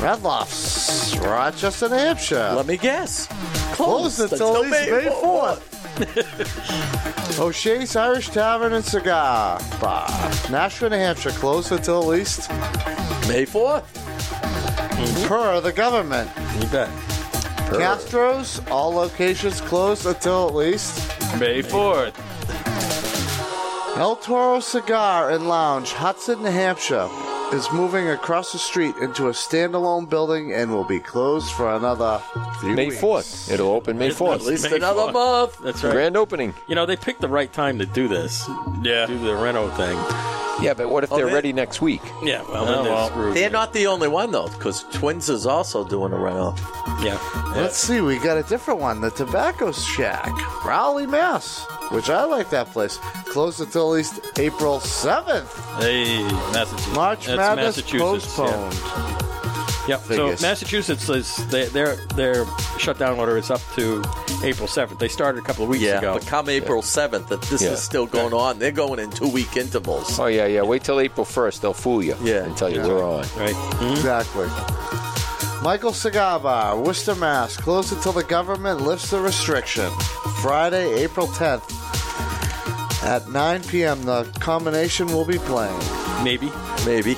H: Redlofts, Rochester, New Hampshire.
G: Let me guess.
H: Closed until at least May 4th. O'Shea's Irish Tavern and Cigar Bar. Nashua, New Hampshire. Closed until at least
G: May fourth.
H: per the government.
B: You bet.
H: Castro's, all locations closed until at least.
E: May fourth.
H: El Toro Cigar and Lounge, Hudson, New Hampshire, is moving across the street into a standalone building and will be closed for another few
D: May
H: weeks.
D: fourth. It'll open May
B: At
D: fourth.
B: least May
G: Another
B: 4th.
G: month.
B: That's right.
D: Grand opening.
B: You know, they picked the right time to do this.
E: Yeah.
B: Do the reno thing.
D: Yeah, but what if they're
G: they-
D: ready next week?
B: Yeah, well, then
E: Oh,
B: they're
E: well.
B: screwed.
G: They're not the only one though, because Twins is also doing a rental.
B: Yeah.
H: Let's see, we got a different one the Tobacco Shack, Raleigh, Mass, which I like that place. Closed until at least April 7th.
E: Hey, Massachusetts.
H: March
E: That's
H: Madness
E: Massachusetts, yeah.
H: postponed.
B: Yeah. So
H: Vegas.
B: Massachusetts is they, their their shutdown order is up to April seventh. They started a couple of weeks
G: Yeah,
B: ago.
G: but come April seventh, that this
D: Yeah.
G: is still going on. They're going in two week intervals.
D: Oh yeah, yeah. Wait till April first. They'll fool you.
G: Yeah.
D: And tell you we're on.
B: right.
H: Exactly. Michael Cigar Bar, Worcester, Mass. Closed until the government lifts the restriction. Friday, April 10th. At 9 p.m., the combination will be playing.
B: Maybe.
G: Maybe.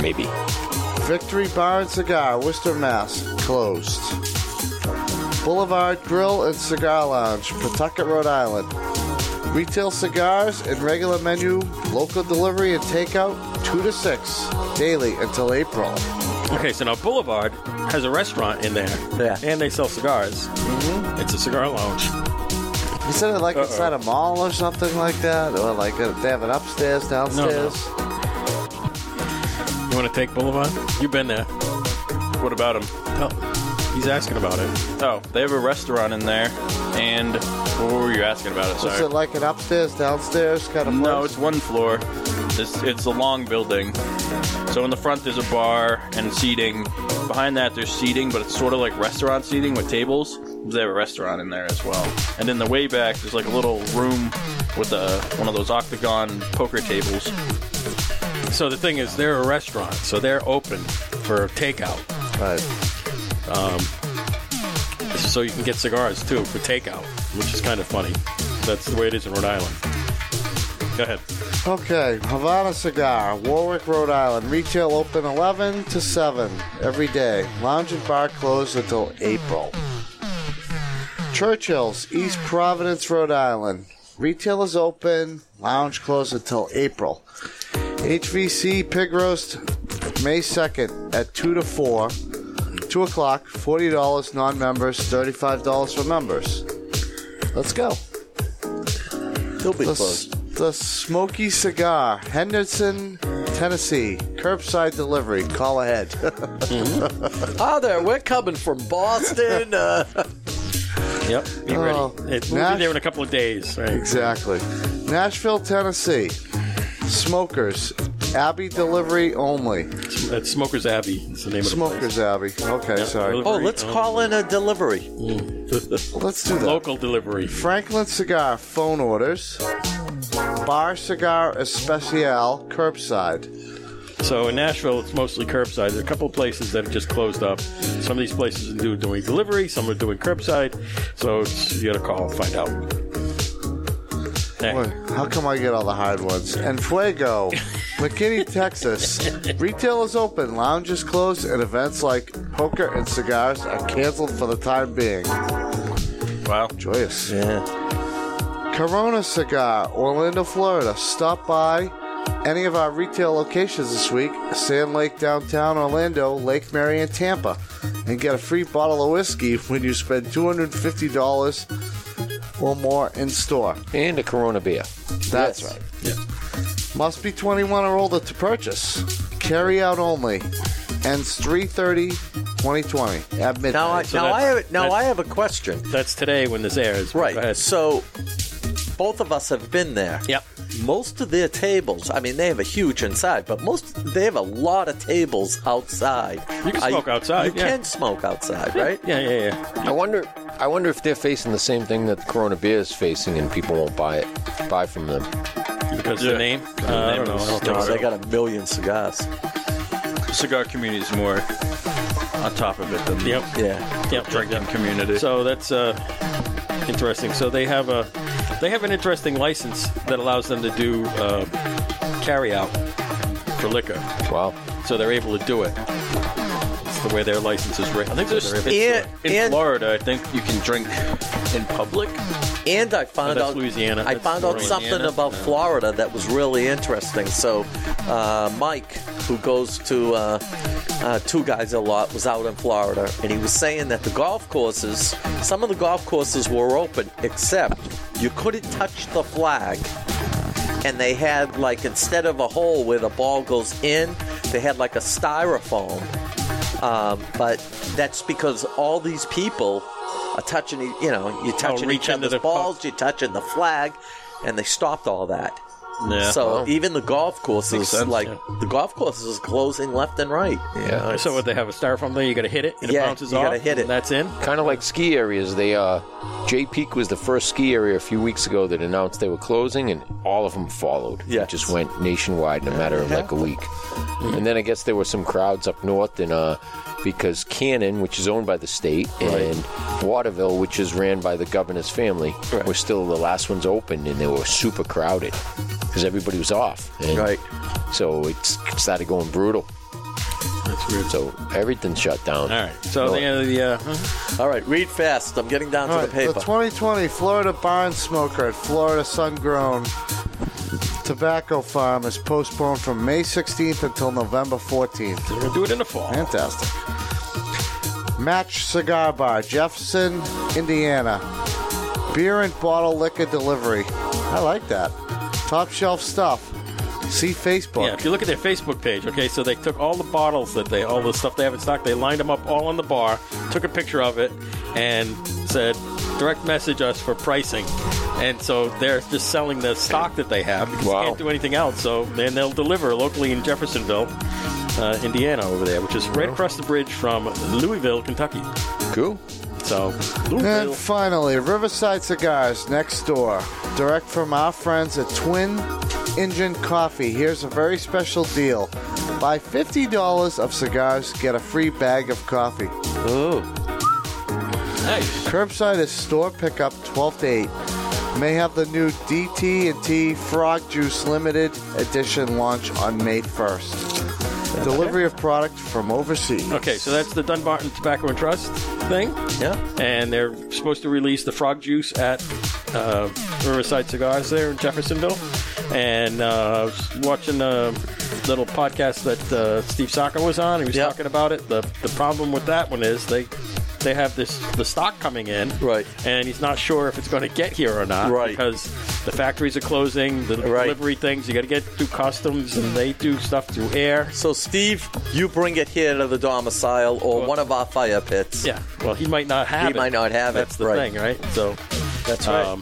D: Maybe.
H: Victory Bar and Cigar, Worcester, Mass. Closed. Boulevard Grill and Cigar Lounge, Pawtucket, Rhode Island. Retail cigars and regular menu, local delivery and takeout, 2 to 6, daily until April.
B: Okay, so now Boulevard has a restaurant in there.
G: Yeah.
B: And they sell cigars. It's a cigar lounge.
H: He said it like inside a mall or something like that, or like uh, they have an upstairs, downstairs.
B: You want to take Boulevard? You've been there. What about him? Oh, he's asking about it.
E: Oh, they have a restaurant in there, and what were you asking about it?
H: Is
E: Sorry.
H: it like an upstairs, downstairs kind of place?
E: No, it's one floor. It's, it's a long building. So in the front there's a bar and seating. Behind that there's seating, but it's sort of like restaurant seating with tables. They have a restaurant in there as well. And in the way back there's like a little room with a one of those octagon poker tables.
B: So the thing is, they're a restaurant, so they're open for takeout.
H: Right.
B: So you can get cigars too for takeout, which is kind of funny. That's the way it is in Rhode Island. Go ahead.
H: Okay, Havana Cigar, Warwick, Rhode Island. Retail open 11 to 7 every day. Lounge and bar closed until April. Churchill's, East Providence, Rhode Island. Retail is open, lounge closed until April. HVC Pig Roast, May 2nd at 2 to 4. 2 o'clock, $40 non members, $35 for members. Let's go.
G: He'll be
H: The,
G: closed.
H: the Smoky Cigar, Henderson, Tennessee. Curbside delivery. Call ahead.
G: Hi there. We're coming from Boston. Uh,
B: Yep. Be
H: [laughs]
B: ready.
H: Oh,
B: it, we'll
H: Nash-
B: be there in a couple of days. Right.
H: exactly. Nashville, Tennessee. Smokers. Abbey delivery only.
B: That's Smokers Abbey. It's the name of the place.
H: Smokers Abbey. Okay, sorry.
G: [laughs] oh, let's call in a delivery.
H: Let's do that.
B: Local delivery.
H: Franklin Cigar phone orders. Bar Cigar Especial curbside.
B: So in Nashville, it's mostly curbside. There are a couple of places that have just closed up. Some of these places are do- doing delivery, some are doing curbside. So it's, you got to call and find out. Hey,
H: Boy, how come I get all the hard ones? And Fuego, McKinney, Texas. Retail is open, lounge is closed, and events like poker and cigars are canceled for the time being.
E: Wow.
H: Joyous.
G: Yeah.
H: Corona Cigar, Orlando, Florida. Stop by any of our retail locations this week Sand Lake, downtown Orlando, Lake Mary, and Tampa. And get a free bottle of whiskey when you spend $250 or more in store.
D: And a Corona beer.
H: That's right. Must be 21 or older to purchase. Carry out only. Ends 3:30, 2020 at midnight.
G: Now I
B: So
G: now I
B: that's-
G: have now I have a question.
B: That's today when this airs.
G: Right.
B: Go ahead.
G: So both of us have been there.
B: Yep.
G: Most of their tables, I mean, they have a huge inside, but most they have a lot of tables outside.
B: You can
G: Are
B: smoke outside,
G: You
B: yeah.
G: can smoke outside, right?
B: Yeah, yeah, yeah.
D: I wonder. I wonder if they're facing the same thing that the Corona beer is facing, and people won't buy it, buy from them.
B: Because the
E: Yeah.
B: name? Uh, I don't know. I don't think
G: Because
B: so.
G: they got a million cigars.
E: Cigar community is more on top of it than the
B: Yep.
G: Yeah.
B: Yep.
E: drinking community.
B: So that's uh, interesting. So they have a they have an interesting license that allows them to do uh, carry out for liquor.
D: Wow.
B: So they're able to do it. It's the way their license is written.
E: I think there's
B: So they're able-
E: in, in
G: and-
E: Florida. I think you can drink in public.
G: And I found
B: that's
G: out
B: Louisiana.
G: I
B: That's
G: found out
B: Louisiana.
G: something about Florida that was really interesting. So, uh, Mike, who goes to uh, uh, Two Guys a lot, was out in Florida, and he was saying that the golf courses, some of the golf courses were open, except you couldn't touch the flag. And they had like instead of a hole where the ball goes in, they had like a styrofoam um, but that's because all these people are touching, e- you know, you're touching
B: reach
G: each
B: into
G: other's
B: the
G: balls, you're touching the flag, and they stopped all that.
E: Yeah.
G: so even the golf courses,
E: sense,
G: like the golf courses, is closing left and right.
D: Yeah.
B: So what they have a styrofoam there, you got to hit it, and
G: Yeah,
B: it bounces
G: you
B: off.
G: gotta hit it.
B: and that's in.
D: Kind of like ski areas. They uh, J Peak was the first ski area a few weeks ago that announced they were closing, and all of them followed. It
G: Yes.
D: just went nationwide in a matter of like a week. And then I guess there were some crowds up north in uh, because Cannon, which is owned by the state, and Waterville, which is ran by the governor's family, were still the last ones open, and they were super crowded because everybody was off. And
G: Right.
D: So it s- started going brutal. That's weird. So everything shut down.
B: All right. So the end of the uh,
G: All right, read fast. I'm getting down to
H: All
G: the
H: right,
G: paper.
H: the 2020 Florida Barn Smoker at Florida Sun Grown Tobacco Farm is postponed from May 16th until November 14th.
B: we'll do it in the fall.
H: Fantastic. Match Cigar Bar, Jefferson, Indiana. Beer and bottle liquor delivery. I like that. Top shelf stuff. See Facebook.
B: Yeah, if you look at their Facebook page, okay, so they took all the bottles that they, all the stuff they have in stock, they lined them up all on the bar, took a picture of it, and said, direct message us for pricing. And so they're just selling the stock that they have because
D: Wow.
B: they can't do anything else. So then they'll deliver locally in Jeffersonville, uh, Indiana, over there, which is right across the bridge from Louisville, Kentucky.
D: Cool.
B: So,
H: And
B: Louisville.
H: finally, Riverside Cigars next door. Direct from our friends at Twin Engine Coffee. Here's a very special deal. Buy $50 of cigars, get a free bag of coffee.
B: Nice.
H: Curbside is store pickup 12 to 8. May have the new DT&T Frog Juice Limited Edition launch on May 1st. Delivery of product from overseas.
B: Okay, so that's the Dunbarton Tobacco and Trust thing.
G: yeah.
B: and they're supposed to release the frog juice at uh, Riverside Cigars there in Jeffersonville. And uh, I was watching a little podcast that uh, Steve Saka was on. He was
G: Yeah.
B: talking about it. The the problem with that one is they they have this the stock coming in,
G: Right.
B: And he's not sure if it's going to get here or not,
G: Right.
B: Because the factories are closing, the
G: Right.
B: delivery things. You got to get through customs, and they do stuff through air.
G: So, Steve, you bring it here to the domicile or one of our fire pits.
B: Yeah. Well, he might not have
G: He
B: it.
G: might not have it,
B: That's the
G: right.
B: thing, right? So that's
G: right.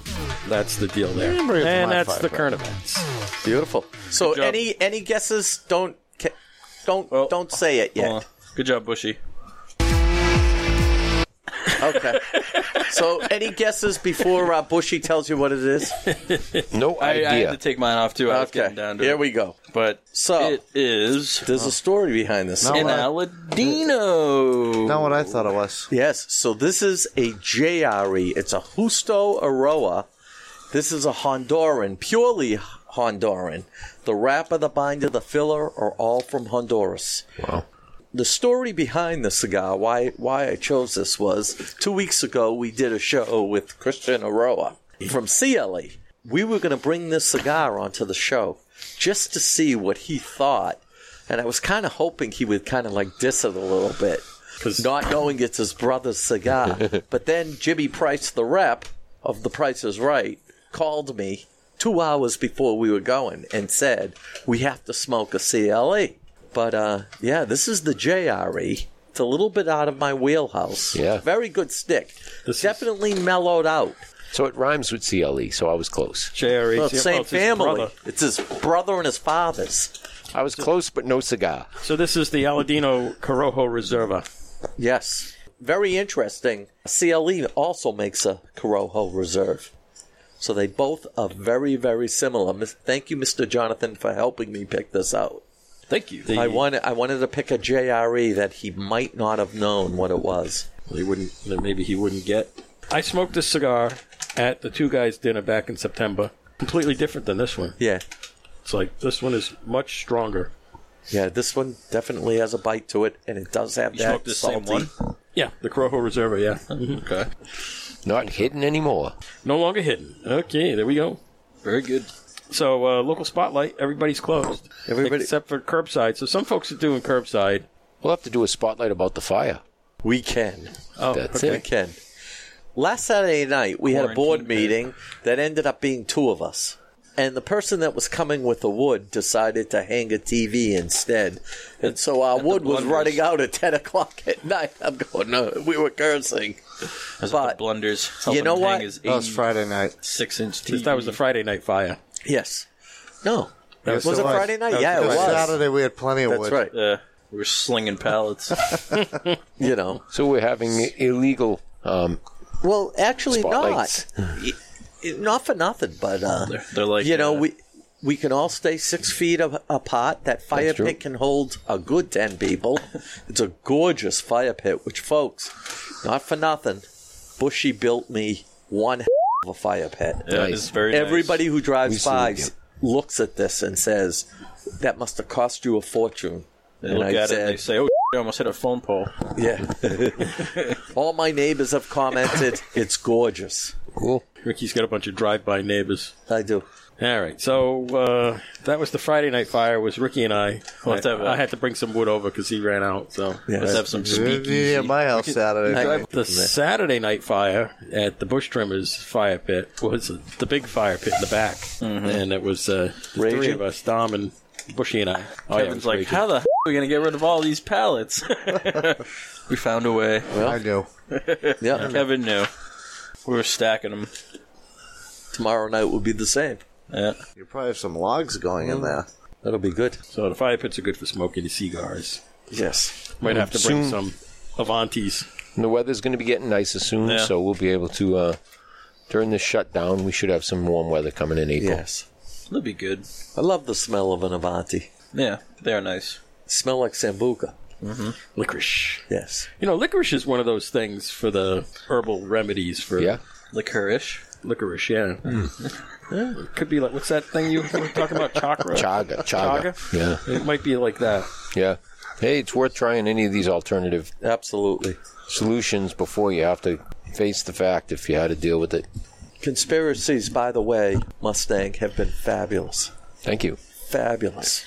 B: that's the deal there.
H: bring it to
B: And
H: my
B: that's
H: fight,
B: the
H: but-
B: current events.
G: Beautiful. So,
E: job.
G: any any guesses? Don't ca- don't
E: Well,
G: don't say it
E: Hold on.
G: yet.
E: Good job, Bushy. [laughs]
G: Okay. so, any guesses before uh, Bushy tells you what it is?
D: No
E: I, I
D: idea.
E: had to take mine off too. I was
G: Okay.
E: getting down to
G: Here
E: it.
G: we go.
E: But
G: So-
E: it Oh. is
G: There's a story behind this.
E: an
H: what?
E: Aladino.
H: Not what I thought it was.
G: Yes, so this is a JRE. It's a Justo Aroa. This is a Honduran, purely Honduran. The wrapper, the binder, the filler are all from Honduras.
D: Wow.
G: The story behind the cigar, why why I chose this was two weeks ago we did a show with Christian Aroa from CLE. We were going to bring this cigar onto the show just to see what he thought, and I was kind of hoping he would kind of like diss it a little bit not knowing it's his brother's cigar.
B: [laughs]
G: but then Jimmy Price, the rep of The Price is Right, called me two hours before we were going and said, We have to smoke a CLE. But uh, yeah, this is the JRE. It's a little bit out of my wheelhouse.
D: Yeah.
G: Very good stick. Definitely mellowed out.
D: So it rhymes with CLE, so I was close.
B: Jerry,
G: Well,
B: it's-
G: same
B: well, it's his
G: family.
B: brother.
G: It's his brother and his father's.
D: I was close, but no cigar.
B: So this is the Aladino Corojo Reserva.
G: Yes. Very interesting. CLE also makes a Corojo reserve. So they both are very, very similar. Mis- Thank you, Mr. Jonathan, for helping me pick this out.
E: Thank you.
G: I wanted, I wanted to pick a JRE that he might not have known what it was.
E: He wouldn't. That maybe he wouldn't get.
B: I smoked this cigar at the two guys dinner back in September. Completely different than this one.
G: Yeah.
B: It's like this one is much stronger.
G: Yeah, this one definitely has a bite to it, and it does have that
E: smoked the same
G: salty-
E: one?
B: Yeah, the Corojo Reserva. Yeah,
E: Okay.
D: Not hidden anymore.
B: no longer hidden. Okay, there we go.
E: Very good.
B: So uh, local spotlight, everybody's closed,
G: Everybody-
B: except for curbside. So some folks are doing curbside.
D: We'll have to do a spotlight about the fire.
G: We can.
B: Oh,
D: That's
B: okay.
G: We can. Last Saturday night, we had a board meeting that ended up being two of us. And the person that was coming with the wood decided to hang a TV instead. And so our wood was
E: blunders.
G: running out at 10 o'clock at night. I'm going, no, we were cursing.
E: That's
G: But-
E: what the blunders.
G: You know what?
H: That was Friday night.
E: Six inch.
B: Since that was the Friday night fire.
G: Yes. No.
H: Yes,
G: was it Friday night?
H: That
G: Yeah, it
H: because
G: was.
H: Saturday we had plenty of
G: That's
H: wood.
G: right.
E: Uh, we were slinging pallets.
G: You know.
D: So we're having illegal. Um,
G: Well, actually,
D: Spotlights.
G: not. Y- y- not for nothing, but uh,
E: they're like,
G: you know
E: uh,
G: we we can all stay six feet a- apart. That fire
D: That's true.
G: pit can hold a good 10 people. it's a gorgeous fire pit, which, folks, not for nothing, Bushy built me one of a fire pit.
I: Yeah, it's very nice.
G: Everybody who
D: We
G: drives
D: see
G: by
D: it, yeah.
G: looks at this and says, that must have cost you a fortune.
I: They
G: and
I: look
G: I
I: at it
G: said,
I: and they say, "Oh, I almost hit a phone pole."
G: yeah. All my neighbors have commented, it's gorgeous.
D: Cool.
B: Ricky's got a bunch of drive-by neighbors.
G: I do.
B: All right, so uh, that was the Friday night fire. Was Ricky and I?
I: Let's
B: I,
I: have a-
B: I had to bring some wood over because he ran out. So
I: Let's have some speakeasy.
H: Yeah, my house Saturday. night.
B: the Saturday night fire at the Bush Trimmers fire pit was the big fire pit in the back,
I: Mm-hmm.
B: and it was uh, the three
G: Raging?
B: of us, Dom and Bushy and I. Oh, yeah, it was
I: Kevin's like,
B: raging.
I: "How the hell are we gonna get rid of all these
B: [laughs]
I: pallets?" we found a way.
H: I know.
G: Yeah.
I: Kevin knew. We were stacking them.
G: Tomorrow night will be the same. Mm.
I: Yeah.
H: You probably have some logs going in there.
G: That'll be good.
B: So the fire pits are good for smoking cigars.
G: Yes.
I: Mm-hmm.
B: Might have to bring some
D: Soon.
B: Avantis.
D: And the weather's going to be getting nicer soon,
I: Yeah.
D: so we'll be able to. Uh, during this shutdown, we should have some warm weather coming in April.
G: Yes.
I: That'd be good.
G: I love the smell of an Avanti.
I: Yeah, they're nice.
G: Smell like Sambuca.
B: Licorice.
G: Yes.
B: You know, licorice is one of those things for the herbal remedies for
D: Yeah.
I: Licorice.
B: licorice. Yeah.
E: Hmm.
B: Yeah, it could be like what's that thing you were talking
E: [laughs]
B: about? Chakra.
D: Chaga, chaga.
B: Chaga?
D: Yeah.
B: It might be like that.
D: Yeah. Hey, it's worth trying any of these alternative
G: Absolutely.
D: solutions before you have to face the fact if you had to deal with it.
G: Conspiracies, by the way, Mustang, have been fabulous.
D: Thank you.
G: Fabulous.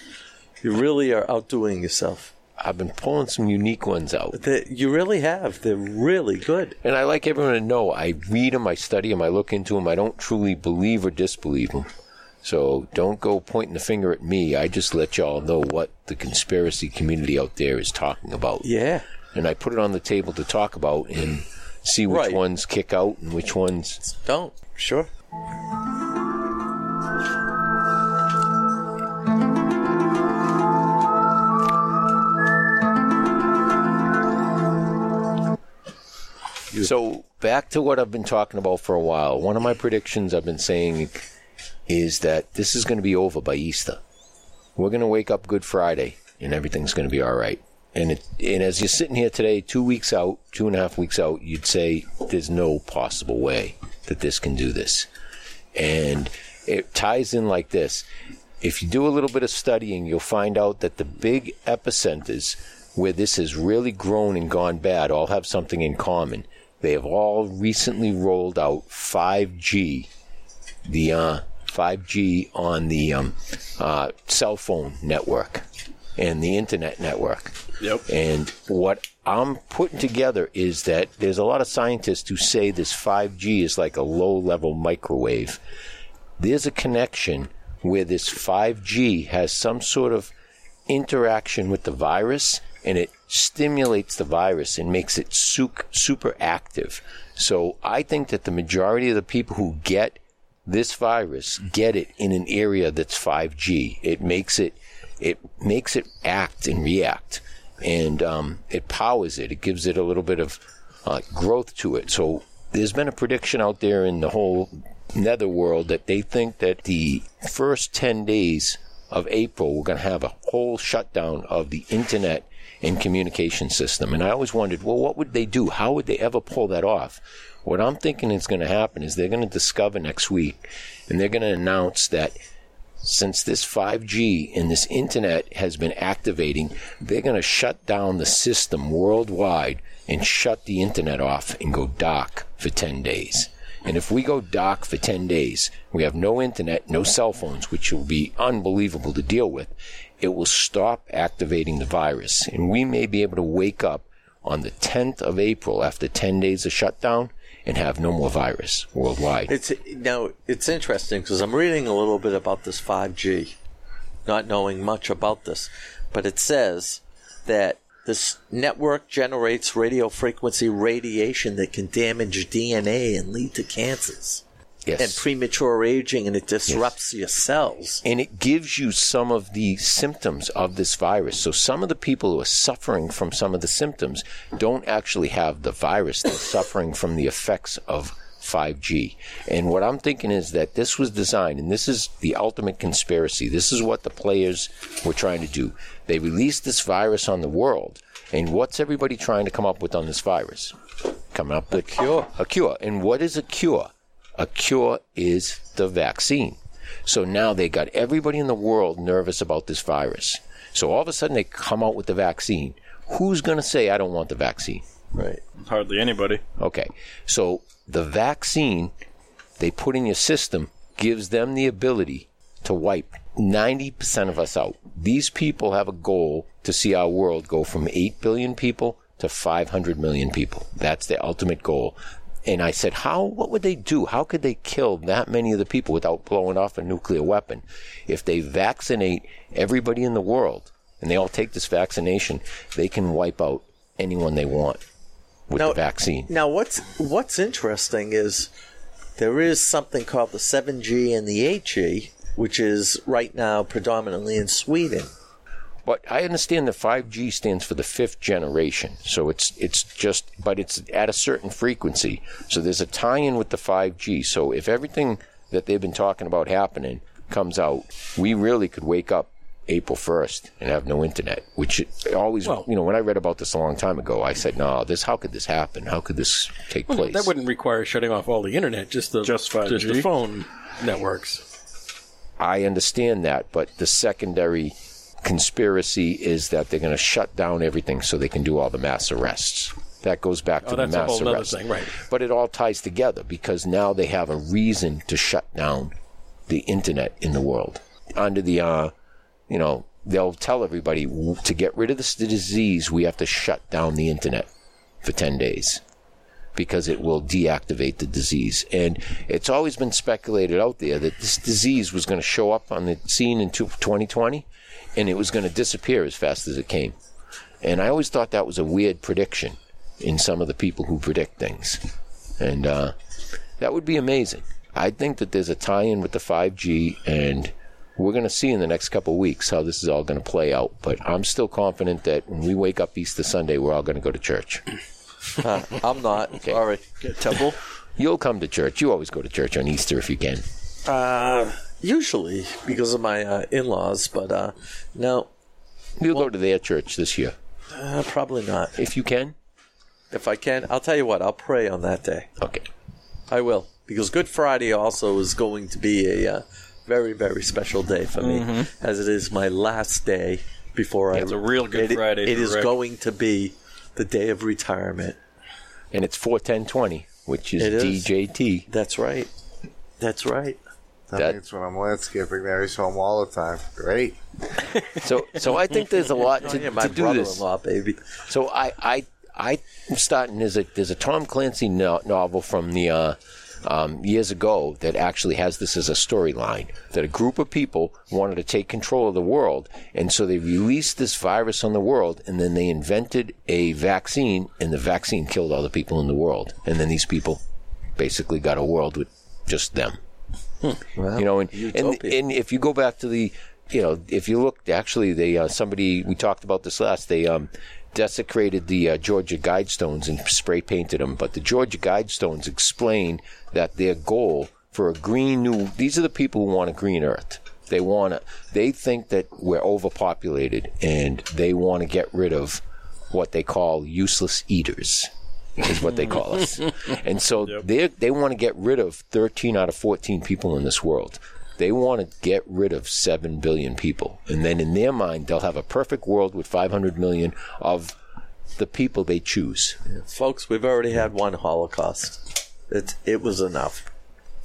G: You really are outdoing yourself.
D: I've been pulling some unique ones out.
G: They, you really have. They're really good.
D: And I like everyone to know I read them, I study them, I look into them. I don't truly believe or disbelieve them. So don't go pointing the finger at me. I just let y'all know what the conspiracy community out there is talking about.
G: Yeah.
D: And I put it on the table to talk about and see which
G: Right.
D: ones kick out and which ones.
G: Don't. Sure.
D: So back to what I've been talking about for a while. One of my predictions I've been saying is that this is going to be over by Easter. We're going to wake up Good Friday and everything's going to be all right. And it, and as you're sitting here today, two weeks out, two and a half weeks out, you'd say there's no possible way that this can do this. And it ties in like this. If you do a little bit of studying, you'll find out that the big epicenters where this has really grown and gone bad all have something in common. They have all recently rolled out 5G the uh, 5G on the um, uh, cell phone network and the internet network. Yep. And what I'm putting together is that there's a lot of scientists who say this 5G is like a low level microwave. There's a connection where this 5G has some sort of interaction with the virus and it stimulates the virus and makes it su- super active. So I think that the majority of the people who get this virus get it in an area that's 5G. It makes it it makes it act and react, and um, it powers it. It gives it a little bit of uh, growth to it. So there's been a prediction out there in the whole netherworld that they think that the first 10 days of April we're going to have a whole shutdown of the internet and communication system. And I always wondered, well, what would they do? How would they ever pull that off? What I'm thinking is going to happen is they're going to discover next week and they're going to announce that since this 5G and this internet has been activating, they're going to shut down the system worldwide and shut the internet off and go dark for 10 days. And if we go dark for 10 days, we have no internet, no cell phones, which will be unbelievable to deal with, it will stop activating the virus. And we may be able to wake up on the 10th of April after 10 days of shutdown and have no more virus worldwide.
G: It's now it's interesting because I'm reading a little bit about this 5G, not knowing much about this, but it says that this network generates radio frequency radiation that can damage DNA and lead to cancers
D: yes.
G: and premature aging, and it disrupts your cells.
D: and it gives you some of the symptoms of this virus. So some of the people who are suffering from some of the symptoms don't actually have the virus. They're suffering from the effects of 5G. And what I'm thinking is that this was designed, and this is the ultimate conspiracy. This is what the players were trying to do. They released this virus on the world, and what's everybody trying to come up with on this virus? Coming up with a cure. A cure. And what is a cure? A cure is the vaccine. So now they got everybody in the world nervous about this virus. So all of a sudden they come out with the vaccine. Who's going to say, I don't want the vaccine?
G: Right.
E: Hardly anybody.
D: Okay. So the vaccine they put in your system gives them the ability to wipe 90% of us out. These people have a goal to see our world go from 8 billion people to 500 million people. That's their ultimate goal. And I said, how, what would they do? How could they kill that many of the people without blowing off a nuclear weapon? If they vaccinate everybody in the world and they all take this vaccination, they can wipe out anyone they want with
G: Now-
D: the vaccine.
G: Now, what's what's interesting is there is something called the 7G and the 8G, which is right now predominantly in Sweden.
D: But I understand that 5G stands for the fifth generation, so it's it's just, but it's at a certain frequency. So there's a tie-in with the 5G. So if everything that they've been talking about happening comes out, we really could wake up April 1st and have no internet, which it always, you know, when I read about this a long time ago, I said, no, this, how could this happen? How could this take place?
I: That wouldn't require shutting off all the internet, just the
E: Just 5G?
I: just the phone networks.
D: I understand that, but the secondary conspiracy is that they're going to shut down everything so they can do all the mass arrests. That goes back to
I: Oh,
D: the
I: that's a
D: mass
I: whole other
D: arrests.
I: thing, right?
D: But it all ties together because now they have a reason to shut down the internet in the world under the uh, you know, they'll tell everybody "W- to get rid of this disease, we have to shut down the internet for 10 days because it will deactivate the disease. And it's always been speculated out there that this disease was going to show up on the scene in two- 2020 and it was going to disappear as fast as it came. And I always thought that was a weird prediction in some of the people who predict things. And uh, that would be amazing. I think that there's a tie in with the 5G, and we're going to see in the next couple of weeks how this is all going to play out. But I'm still confident that when we wake up Easter Sunday, we're all going to go to church.
G: Uh, I'm not. Sorry. Temple?
D: You'll come to church. You always go to church on Easter if you can.
G: Uh, usually because of my uh, in laws, but uh, no,
D: You'll go to their church this year
G: uh, probably not.
D: if you can.
G: If I can, I'll tell you what, I'll pray on that day.
D: Okay.
G: I will. Because Good Friday also is going to be a uh, very, very special day for me, as it is my last day before I.
E: It's Mm-hmm. a real Good
G: It-
E: Friday
G: It
E: for
G: is
E: Rick.
G: going to be the day of retirement.
D: And it's 41020, which is,
G: It is.
D: DJT.
G: That's right. That's right.
H: That,
D: That-
H: means when I'm landscaping there, he's home all the time. Great.
D: So, so I think there's a lot to,
G: Oh, yeah, my
D: to do this.
G: brother-in-law, baby.
D: So I, I, I'm starting. There's a there's a Tom Clancy no, novel from the uh, um, years ago that actually has this as a storyline that a group of people wanted to take control of the world, and so they released this virus on the world, and then they invented a vaccine, and the vaccine killed all the people in the world, and then these people basically got a world with just them. You know, and, and
G: utopia.
D: and if you go back to the, you know, if you look, actually, they uh, somebody we talked about this last. They um, desecrated the uh, Georgia Guidestones and spray painted them. But the Georgia Guidestones explain that their goal for a green new. These are the people who want a green Earth. They want to. They think that we're overpopulated, and they want to get rid of what they call useless eaters is what they call us. And so they they want to get rid of 13 out of 14 people in this world. They want to get rid of 7 billion people. And then in their mind they'll have a perfect world with 500 million of the people they choose.
G: Folks, we've already had one Holocaust. It it was enough.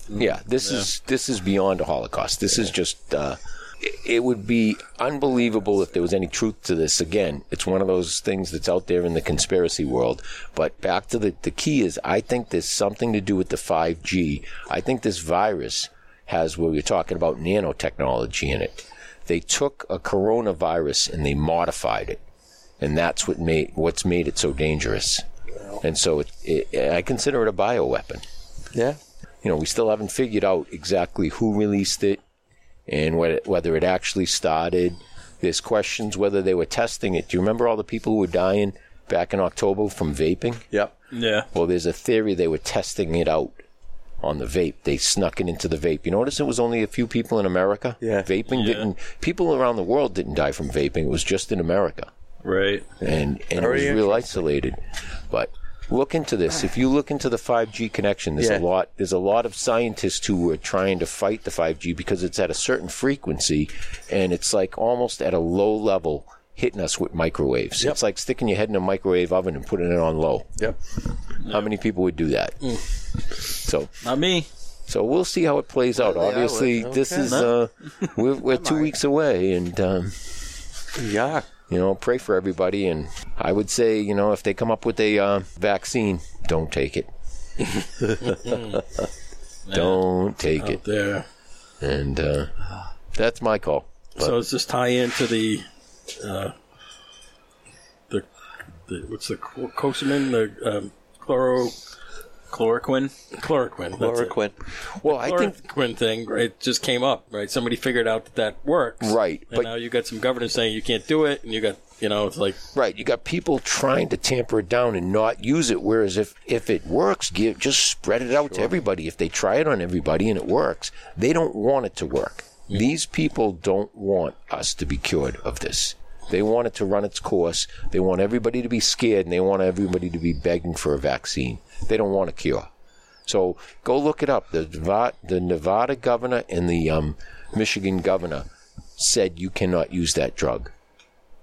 D: Yeah, this is this is beyond a holocaust. This is just uh, it- it would be unbelievable if there was any truth to this. Again, it's one of those things that's out there in the conspiracy world. But back to the the key is, I think there's something to do with the 5G. I think this virus has where we're talking about nanotechnology in it. They took a coronavirus and they modified it, and that's what made what's made it so dangerous. And so it, it, I consider it a bioweapon
G: Yeah.
D: you know, we still haven't figured out exactly who released it and what it, whether it actually started. There's questions whether they were testing it. Do you remember all the people who were dying back in October from vaping?
G: Yep.
E: Yeah.
D: Well, there's a theory they were testing it out on the vape. They snuck it into the vape. You notice it was only a few people in America.
G: Yeah.
D: vaping didn't. People around the world didn't die from vaping. It was just in America,
I: Right.
D: and and it was
G: Very
D: real isolated. But look into this. If you look into the 5G connection, there's
G: Yeah.
D: a lot. There's a lot of scientists who are trying to fight the 5G because it's at a certain frequency, and it's like almost at a low level. Hitting us with microwaves. It's like sticking your head in a microwave oven and putting it on low.
G: Yep. Mm.
D: How many people would do that? So,
I: Not me.
D: so we'll see how it plays out.
H: I would.
D: Obviously, this is uh, we're,
H: [laughs]
D: we're two weeks away, and um,
G: Yeah.
D: you know, pray for everybody. And I would say, you know, if they come up with a uh, vaccine, don't take it. [laughs] don't take it.
I: There.
D: And uh, that's my call.
I: So does this tie into the uh, the, the what's the cl- cosamin the um, chloro chloroquine chloroquine that's it.
G: Chloroquine.
D: Well, I think
I: chloroquine thing right, it just came up right somebody figured out that that works
D: Right,
I: and
D: but-
I: now you got some governors saying you can't do it and you got you know it's like
D: Right, you got people trying to tamper it down and not use it. Whereas if if it works, give just spread it out to everybody. If they try it on everybody and it works, they don't want it to work. These people don't want us to be cured of this. They want it to run its course. They want everybody to be scared, and they want everybody to be begging for a vaccine. They don't want a cure. So go look it up. The Nevada, the Nevada governor and the um, Michigan governor said you cannot use that drug.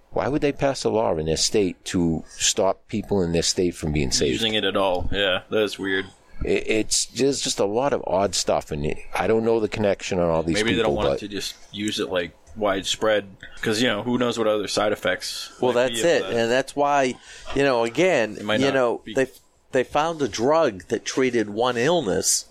D: Why would they pass a law in their state to stop people in their state from being saved?
I: using it at all yeah that is weird
D: It, it's there's just a lot of odd stuff, and it, I don't know the connection on all these
I: maybe
D: people.
I: they don't want
D: but
I: to just use it like widespread because you know who knows what other side effects
G: Well,
I: might be
G: that's
I: of
G: it,
I: that.
G: and that's why you know. Again,
I: might
G: you
I: not
G: know
I: be-
G: they they found a drug that treated one illness,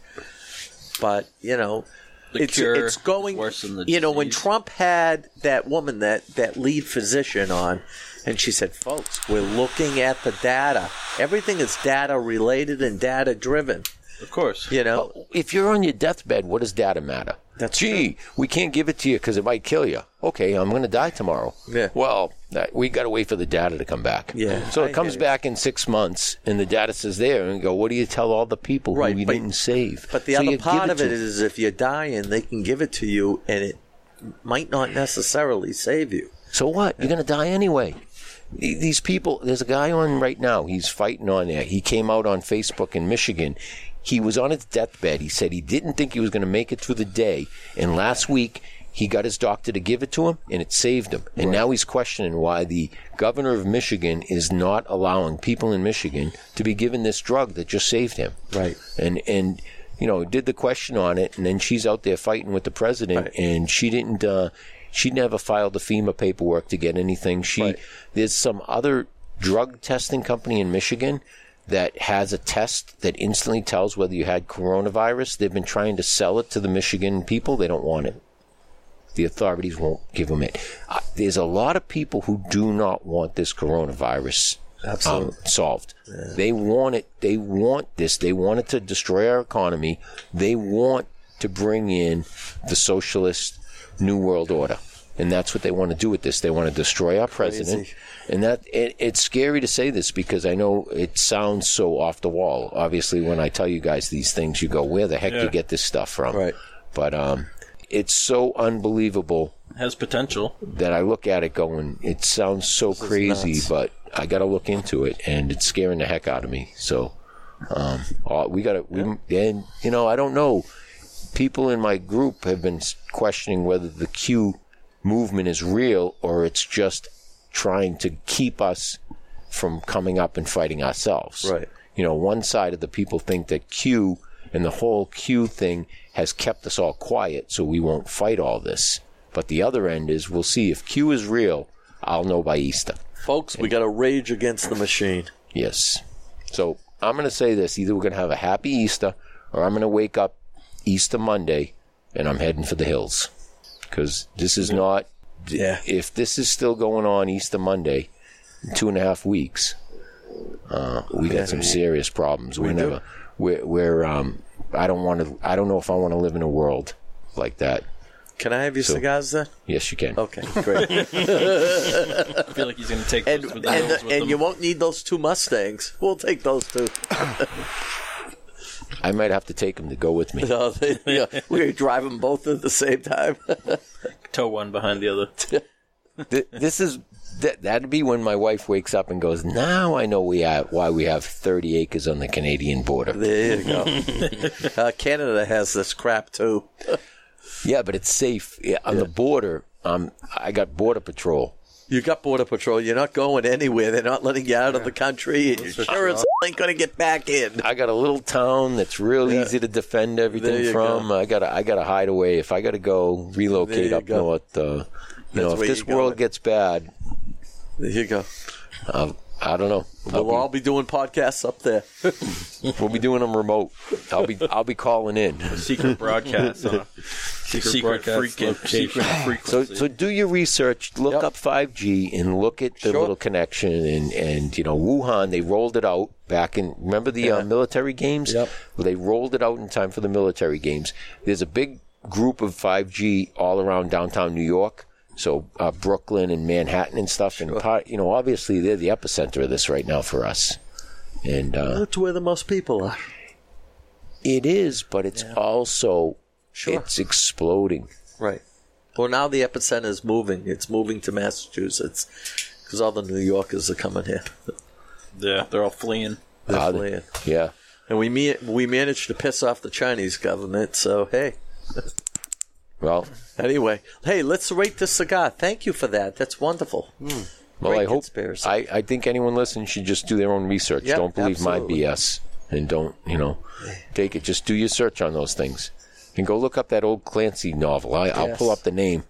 G: but you know.
I: The
G: it's
I: cure
G: it's going
I: is worse than the
G: you know when
I: disease.
G: Trump had that woman that that lead physician on and she said folks we're looking at the data everything is data related and data driven
I: of course
G: you know
D: if you're on your deathbed, what does data matter?
G: That's
D: Gee, we can't give it to you because it might kill you. Okay, I'm going to die tomorrow.
G: Yeah.
D: Well, that, we got to wait for the data to come back.
G: Yeah,
D: So
G: I
D: it comes
G: hear you.
D: back in six months, and the data says there, and you go, what do you tell all the people
G: Right,
D: who you
G: but-
D: didn't save?
G: But the
D: So you
G: other
D: give
G: part of
D: to
G: it is if you're dying, they can give it to you, and it might not necessarily save you.
D: So what? You're going to die anyway. Th- These people, there's a guy on right now. He's fighting on there. He came out on Facebook in Michigan. He was on his deathbed. He said he didn't think he was going to make it through the day. And last week, he got his doctor to give it to him, and it saved him. And now he's questioning why the governor of Michigan is not allowing people in Michigan to be given this drug that just saved him.
G: Right.
D: And and you know did the question on it, and then she's out there fighting with the president, and she didn't. Uh, she never filed the FEMA paperwork to get anything. She there's some other drug testing company in Michigan that has a test that instantly tells whether you had coronavirus. They've been trying to sell it to the Michigan people. They don't want it. The authorities won't give them it. Uh, there's a lot of people who do not want this coronavirus um, solved. They want it. They want this. They want it to destroy our economy. They want to bring in the socialist new world order, and that's what they want to do with this. They want to destroy our president, and that it, it's scary to say this because I know it sounds so off the wall. Obviously, when I tell you guys these things, you go, "Where the heck do you get this stuff from?"
G: Right.
D: But um, it's so unbelievable
I: has potential
D: that I look at it going, it sounds so crazy, but I got to look into it, and it's scaring the heck out of me. So, um, all- we got to, we and you know, I don't know. People in my group have been s- questioning whether the Q movement is real or it's just trying to keep us from coming up and fighting ourselves.
G: Right.
D: You know, one side of the people think that Q and the whole Q thing has kept us all quiet, so we won't fight all this. But the other end is we'll see if Q is real, I'll know by Easter.
G: Folks, we got to rage against the machine.
D: Yes. So I'm going to say this either we're going to have a happy Easter or I'm going to wake up Easter Monday and I'm heading for the hills. Because this is not,
G: Yeah.
D: if this is still going on Easter Monday, in two and a half weeks, uh, we got some serious problems. We're never, we're, we're, um, I don't want to, I don't know if I want to live in a world like that.
G: Can I have your cigars then?
D: Yes, you can.
G: Okay, great.
I: [laughs]
G: and
I: I feel like he's going to take
G: and,
I: those with the hills
G: the-
I: with
G: and
I: them.
G: you won't need those two Mustangs. We'll take those two.
D: I might have to take him to go with me.
G: No, they, yeah, we drive them both at the same time.
E: Tow one behind the other.
D: Th- this is that, that'd be when my wife wakes up and goes, "Now I know we have why we have 30 acres on the Canadian border."
G: [laughs] there you go. [laughs] Uh, Canada has this crap too.
D: Yeah, but it's safe yeah, on the border. Um, I got border patrol.
G: You got border patrol. You're not going anywhere. They're not letting you out of the country. And you sure as ain't going to get back in.
D: I got a little town that's real easy to defend
G: There you
D: everything from.
G: go.
D: I got a, I got a hideaway. If I got to go relocate
G: you
D: up
G: go.
D: north, uh, you know, if
G: where
D: this
G: you go.
D: world gets bad,
G: There you go.
D: uh, I don't know. I'll
G: We'll all be doing podcasts up there.
D: be- we'll be doing them remote. I'll be I'll be calling in.
E: Secret broadcast on a secret,
I: broadcast
E: freaking
I: location.
E: secret
D: So,
E: frequency.
D: so do your research. Look
G: Yep.
D: up 5G and look at the
G: Sure.
D: little connection. And, and you know, Wuhan, they rolled it out back in. Remember the uh, military games?
G: Yep.
D: Well, they rolled it out in time for the military games. There's a big group of 5G all around downtown New York. So uh, Brooklyn and Manhattan and stuff. And part, you know, obviously they're the epicenter of this right now for us. And uh,
G: That's where the most people are.
D: it is, but it's also it's exploding.
G: Right. Well, now the epicenter is moving. It's moving to Massachusetts because all the New Yorkers are coming here.
E: yeah, they're all fleeing.
G: They're
D: Are they?
G: fleeing.
D: Yeah.
G: And we me- we managed to piss off the Chinese government. So hey,
D: Well,
G: anyway, hey, let's rate this cigar. Thank you for that. That's wonderful.
D: Hmm. Well,
G: Great
D: I hope
G: conspiracy.
D: I, I think anyone listening should just do their own research.
G: Yeah,
D: don't believe
G: absolutely.
D: my BS and don't you know take it. Just do your search on those things and go look up that old Clancy novel. I, I'll pull
G: Yes.
D: up the name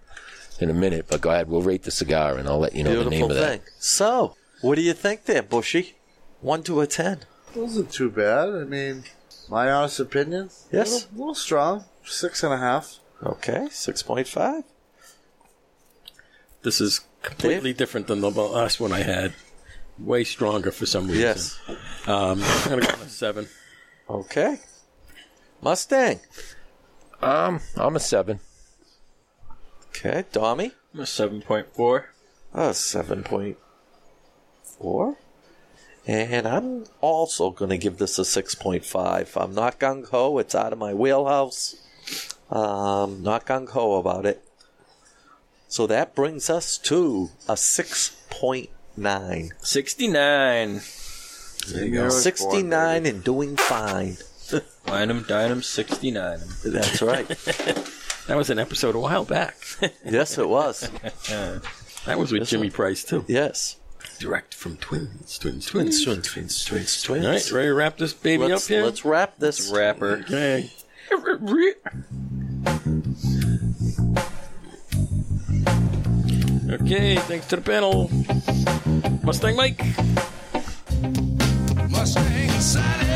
D: in a minute, but go ahead. We'll rate the cigar and I'll let you know
G: Beautiful
D: the name of that.
G: thing. So, what do you think there, Bushy? One to a ten.
H: wasn't too bad. I mean, my honest opinion.
G: Yes.
H: A little, little strong. Six and a half.
G: Okay, six point five.
I: This is completely different than the last one I had. Way stronger for some reason.
G: Yes.
I: Um, I'm going to go with a seven.
G: Okay. Mustang.
D: Um, I'm a seven.
G: Okay, Dommy.
E: I'm a seven point four.
G: Uh, seven point four. And I'm also going to give this a six point five. I'm not gung ho. It's out of my wheelhouse. Um, not gung ho about it. So that brings us to a six point nine.
E: Sixty nine.
G: Sixty nine and doing fine.
E: Wine 'em, dine 'em, sixty nine.
I: [laughs]
G: That's right.
I: That was an episode a while back.
G: yes, it was.
I: [laughs] That was with Jimmy Price, too.
G: Yes.
I: Direct from Twins, Twins, Twins.
G: Twins, twins, twins, twins.
I: All right, ready to wrap this baby
G: Let's,
I: up here?
G: let's wrap this.
E: Rapper.
I: Okay. Okay, thanks to the panel. Mustang Mike.
C: Mustang Sally.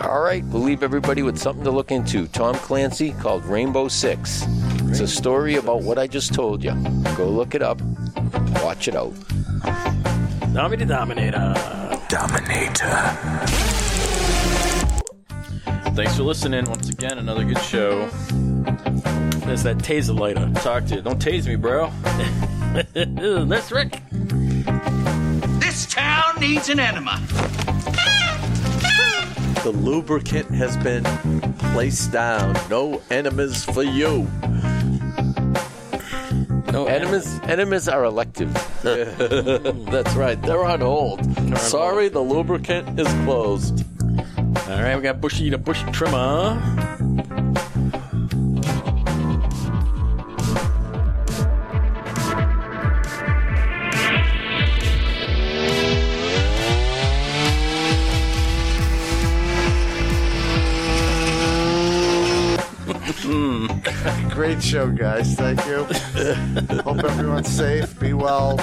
D: All right, we'll leave everybody with something to look into. Tom Clancy called Rainbow Six. It's a story about what I just told you. Go look it up. Watch it out.
B: Tommy the Dominator.
C: Dominator.
E: Thanks for listening once again. Another good show.
B: There's that taser lighter.
E: Talk to you. Don't tase me, bro.
B: Ew, [laughs] that's Rick.
F: This town needs an enema.
G: The lubricant has been placed down. No enemas for you.
I: No,
D: Enemies, enemies are elective.
G: That's right. They're on hold. Sorry, the lubricant is closed.
B: All right, we got Bushy the Bush Trimmer.
H: Great show, guys. Thank you. Hope everyone's safe. Be well.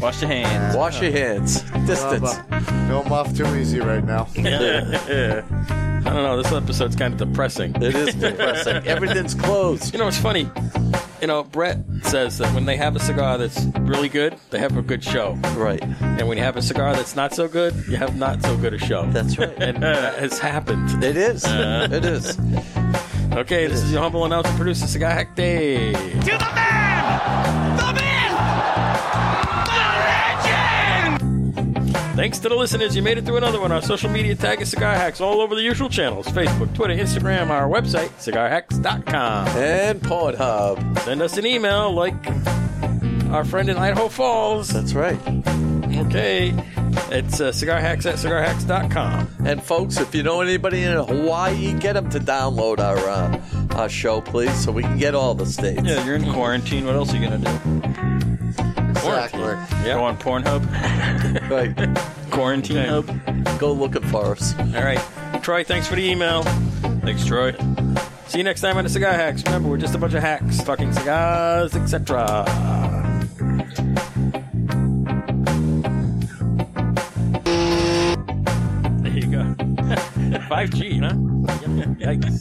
E: Wash your hands.
G: Wash your hands. Distance.
H: Film off too easy right now.
B: I don't know. This episode's kind of depressing.
G: It is [laughs] depressing. Everything's closed.
B: You know, it's funny. You know, Brett says that when they have a cigar that's really good, they have a good show.
G: Right.
B: And when you have a cigar that's not so good, you have not so good a show.
G: That's
B: [laughs]
G: right.
B: and that has happened.
G: It is. it is.
B: Okay, this is your humble announcer, producer, Cigar Hack Dave.
F: To the man! The man! The legend!
B: Thanks to the listeners, you made it through another one. Our social media tag is Cigar Hacks all over the usual channels Facebook, Twitter, Instagram, our website, cigarhacks.com.
G: And Pornhub.
B: Send us an email like our friend in Idaho Falls.
G: That's right.
B: Okay. It's uh, cigarhacks at cigarhacks.com.
G: And folks, if you know anybody in Hawaii, get them to download our uh, our show, please, so we can get all the states.
E: Yeah, you're in quarantine. What else are you gonna do?
H: Exactly.
B: Yep.
E: Go on [laughs] Pornhub,
G: Right.
E: quarantine hub.
G: Go looking for us.
B: All right. Troy, thanks for the email.
E: Thanks, Troy.
B: See you next time on the Cigar Hacks. Remember, we're just a bunch of hacks talking cigars, etc. There you go.
E: [laughs]
B: [laughs] 5G, huh? Yikes.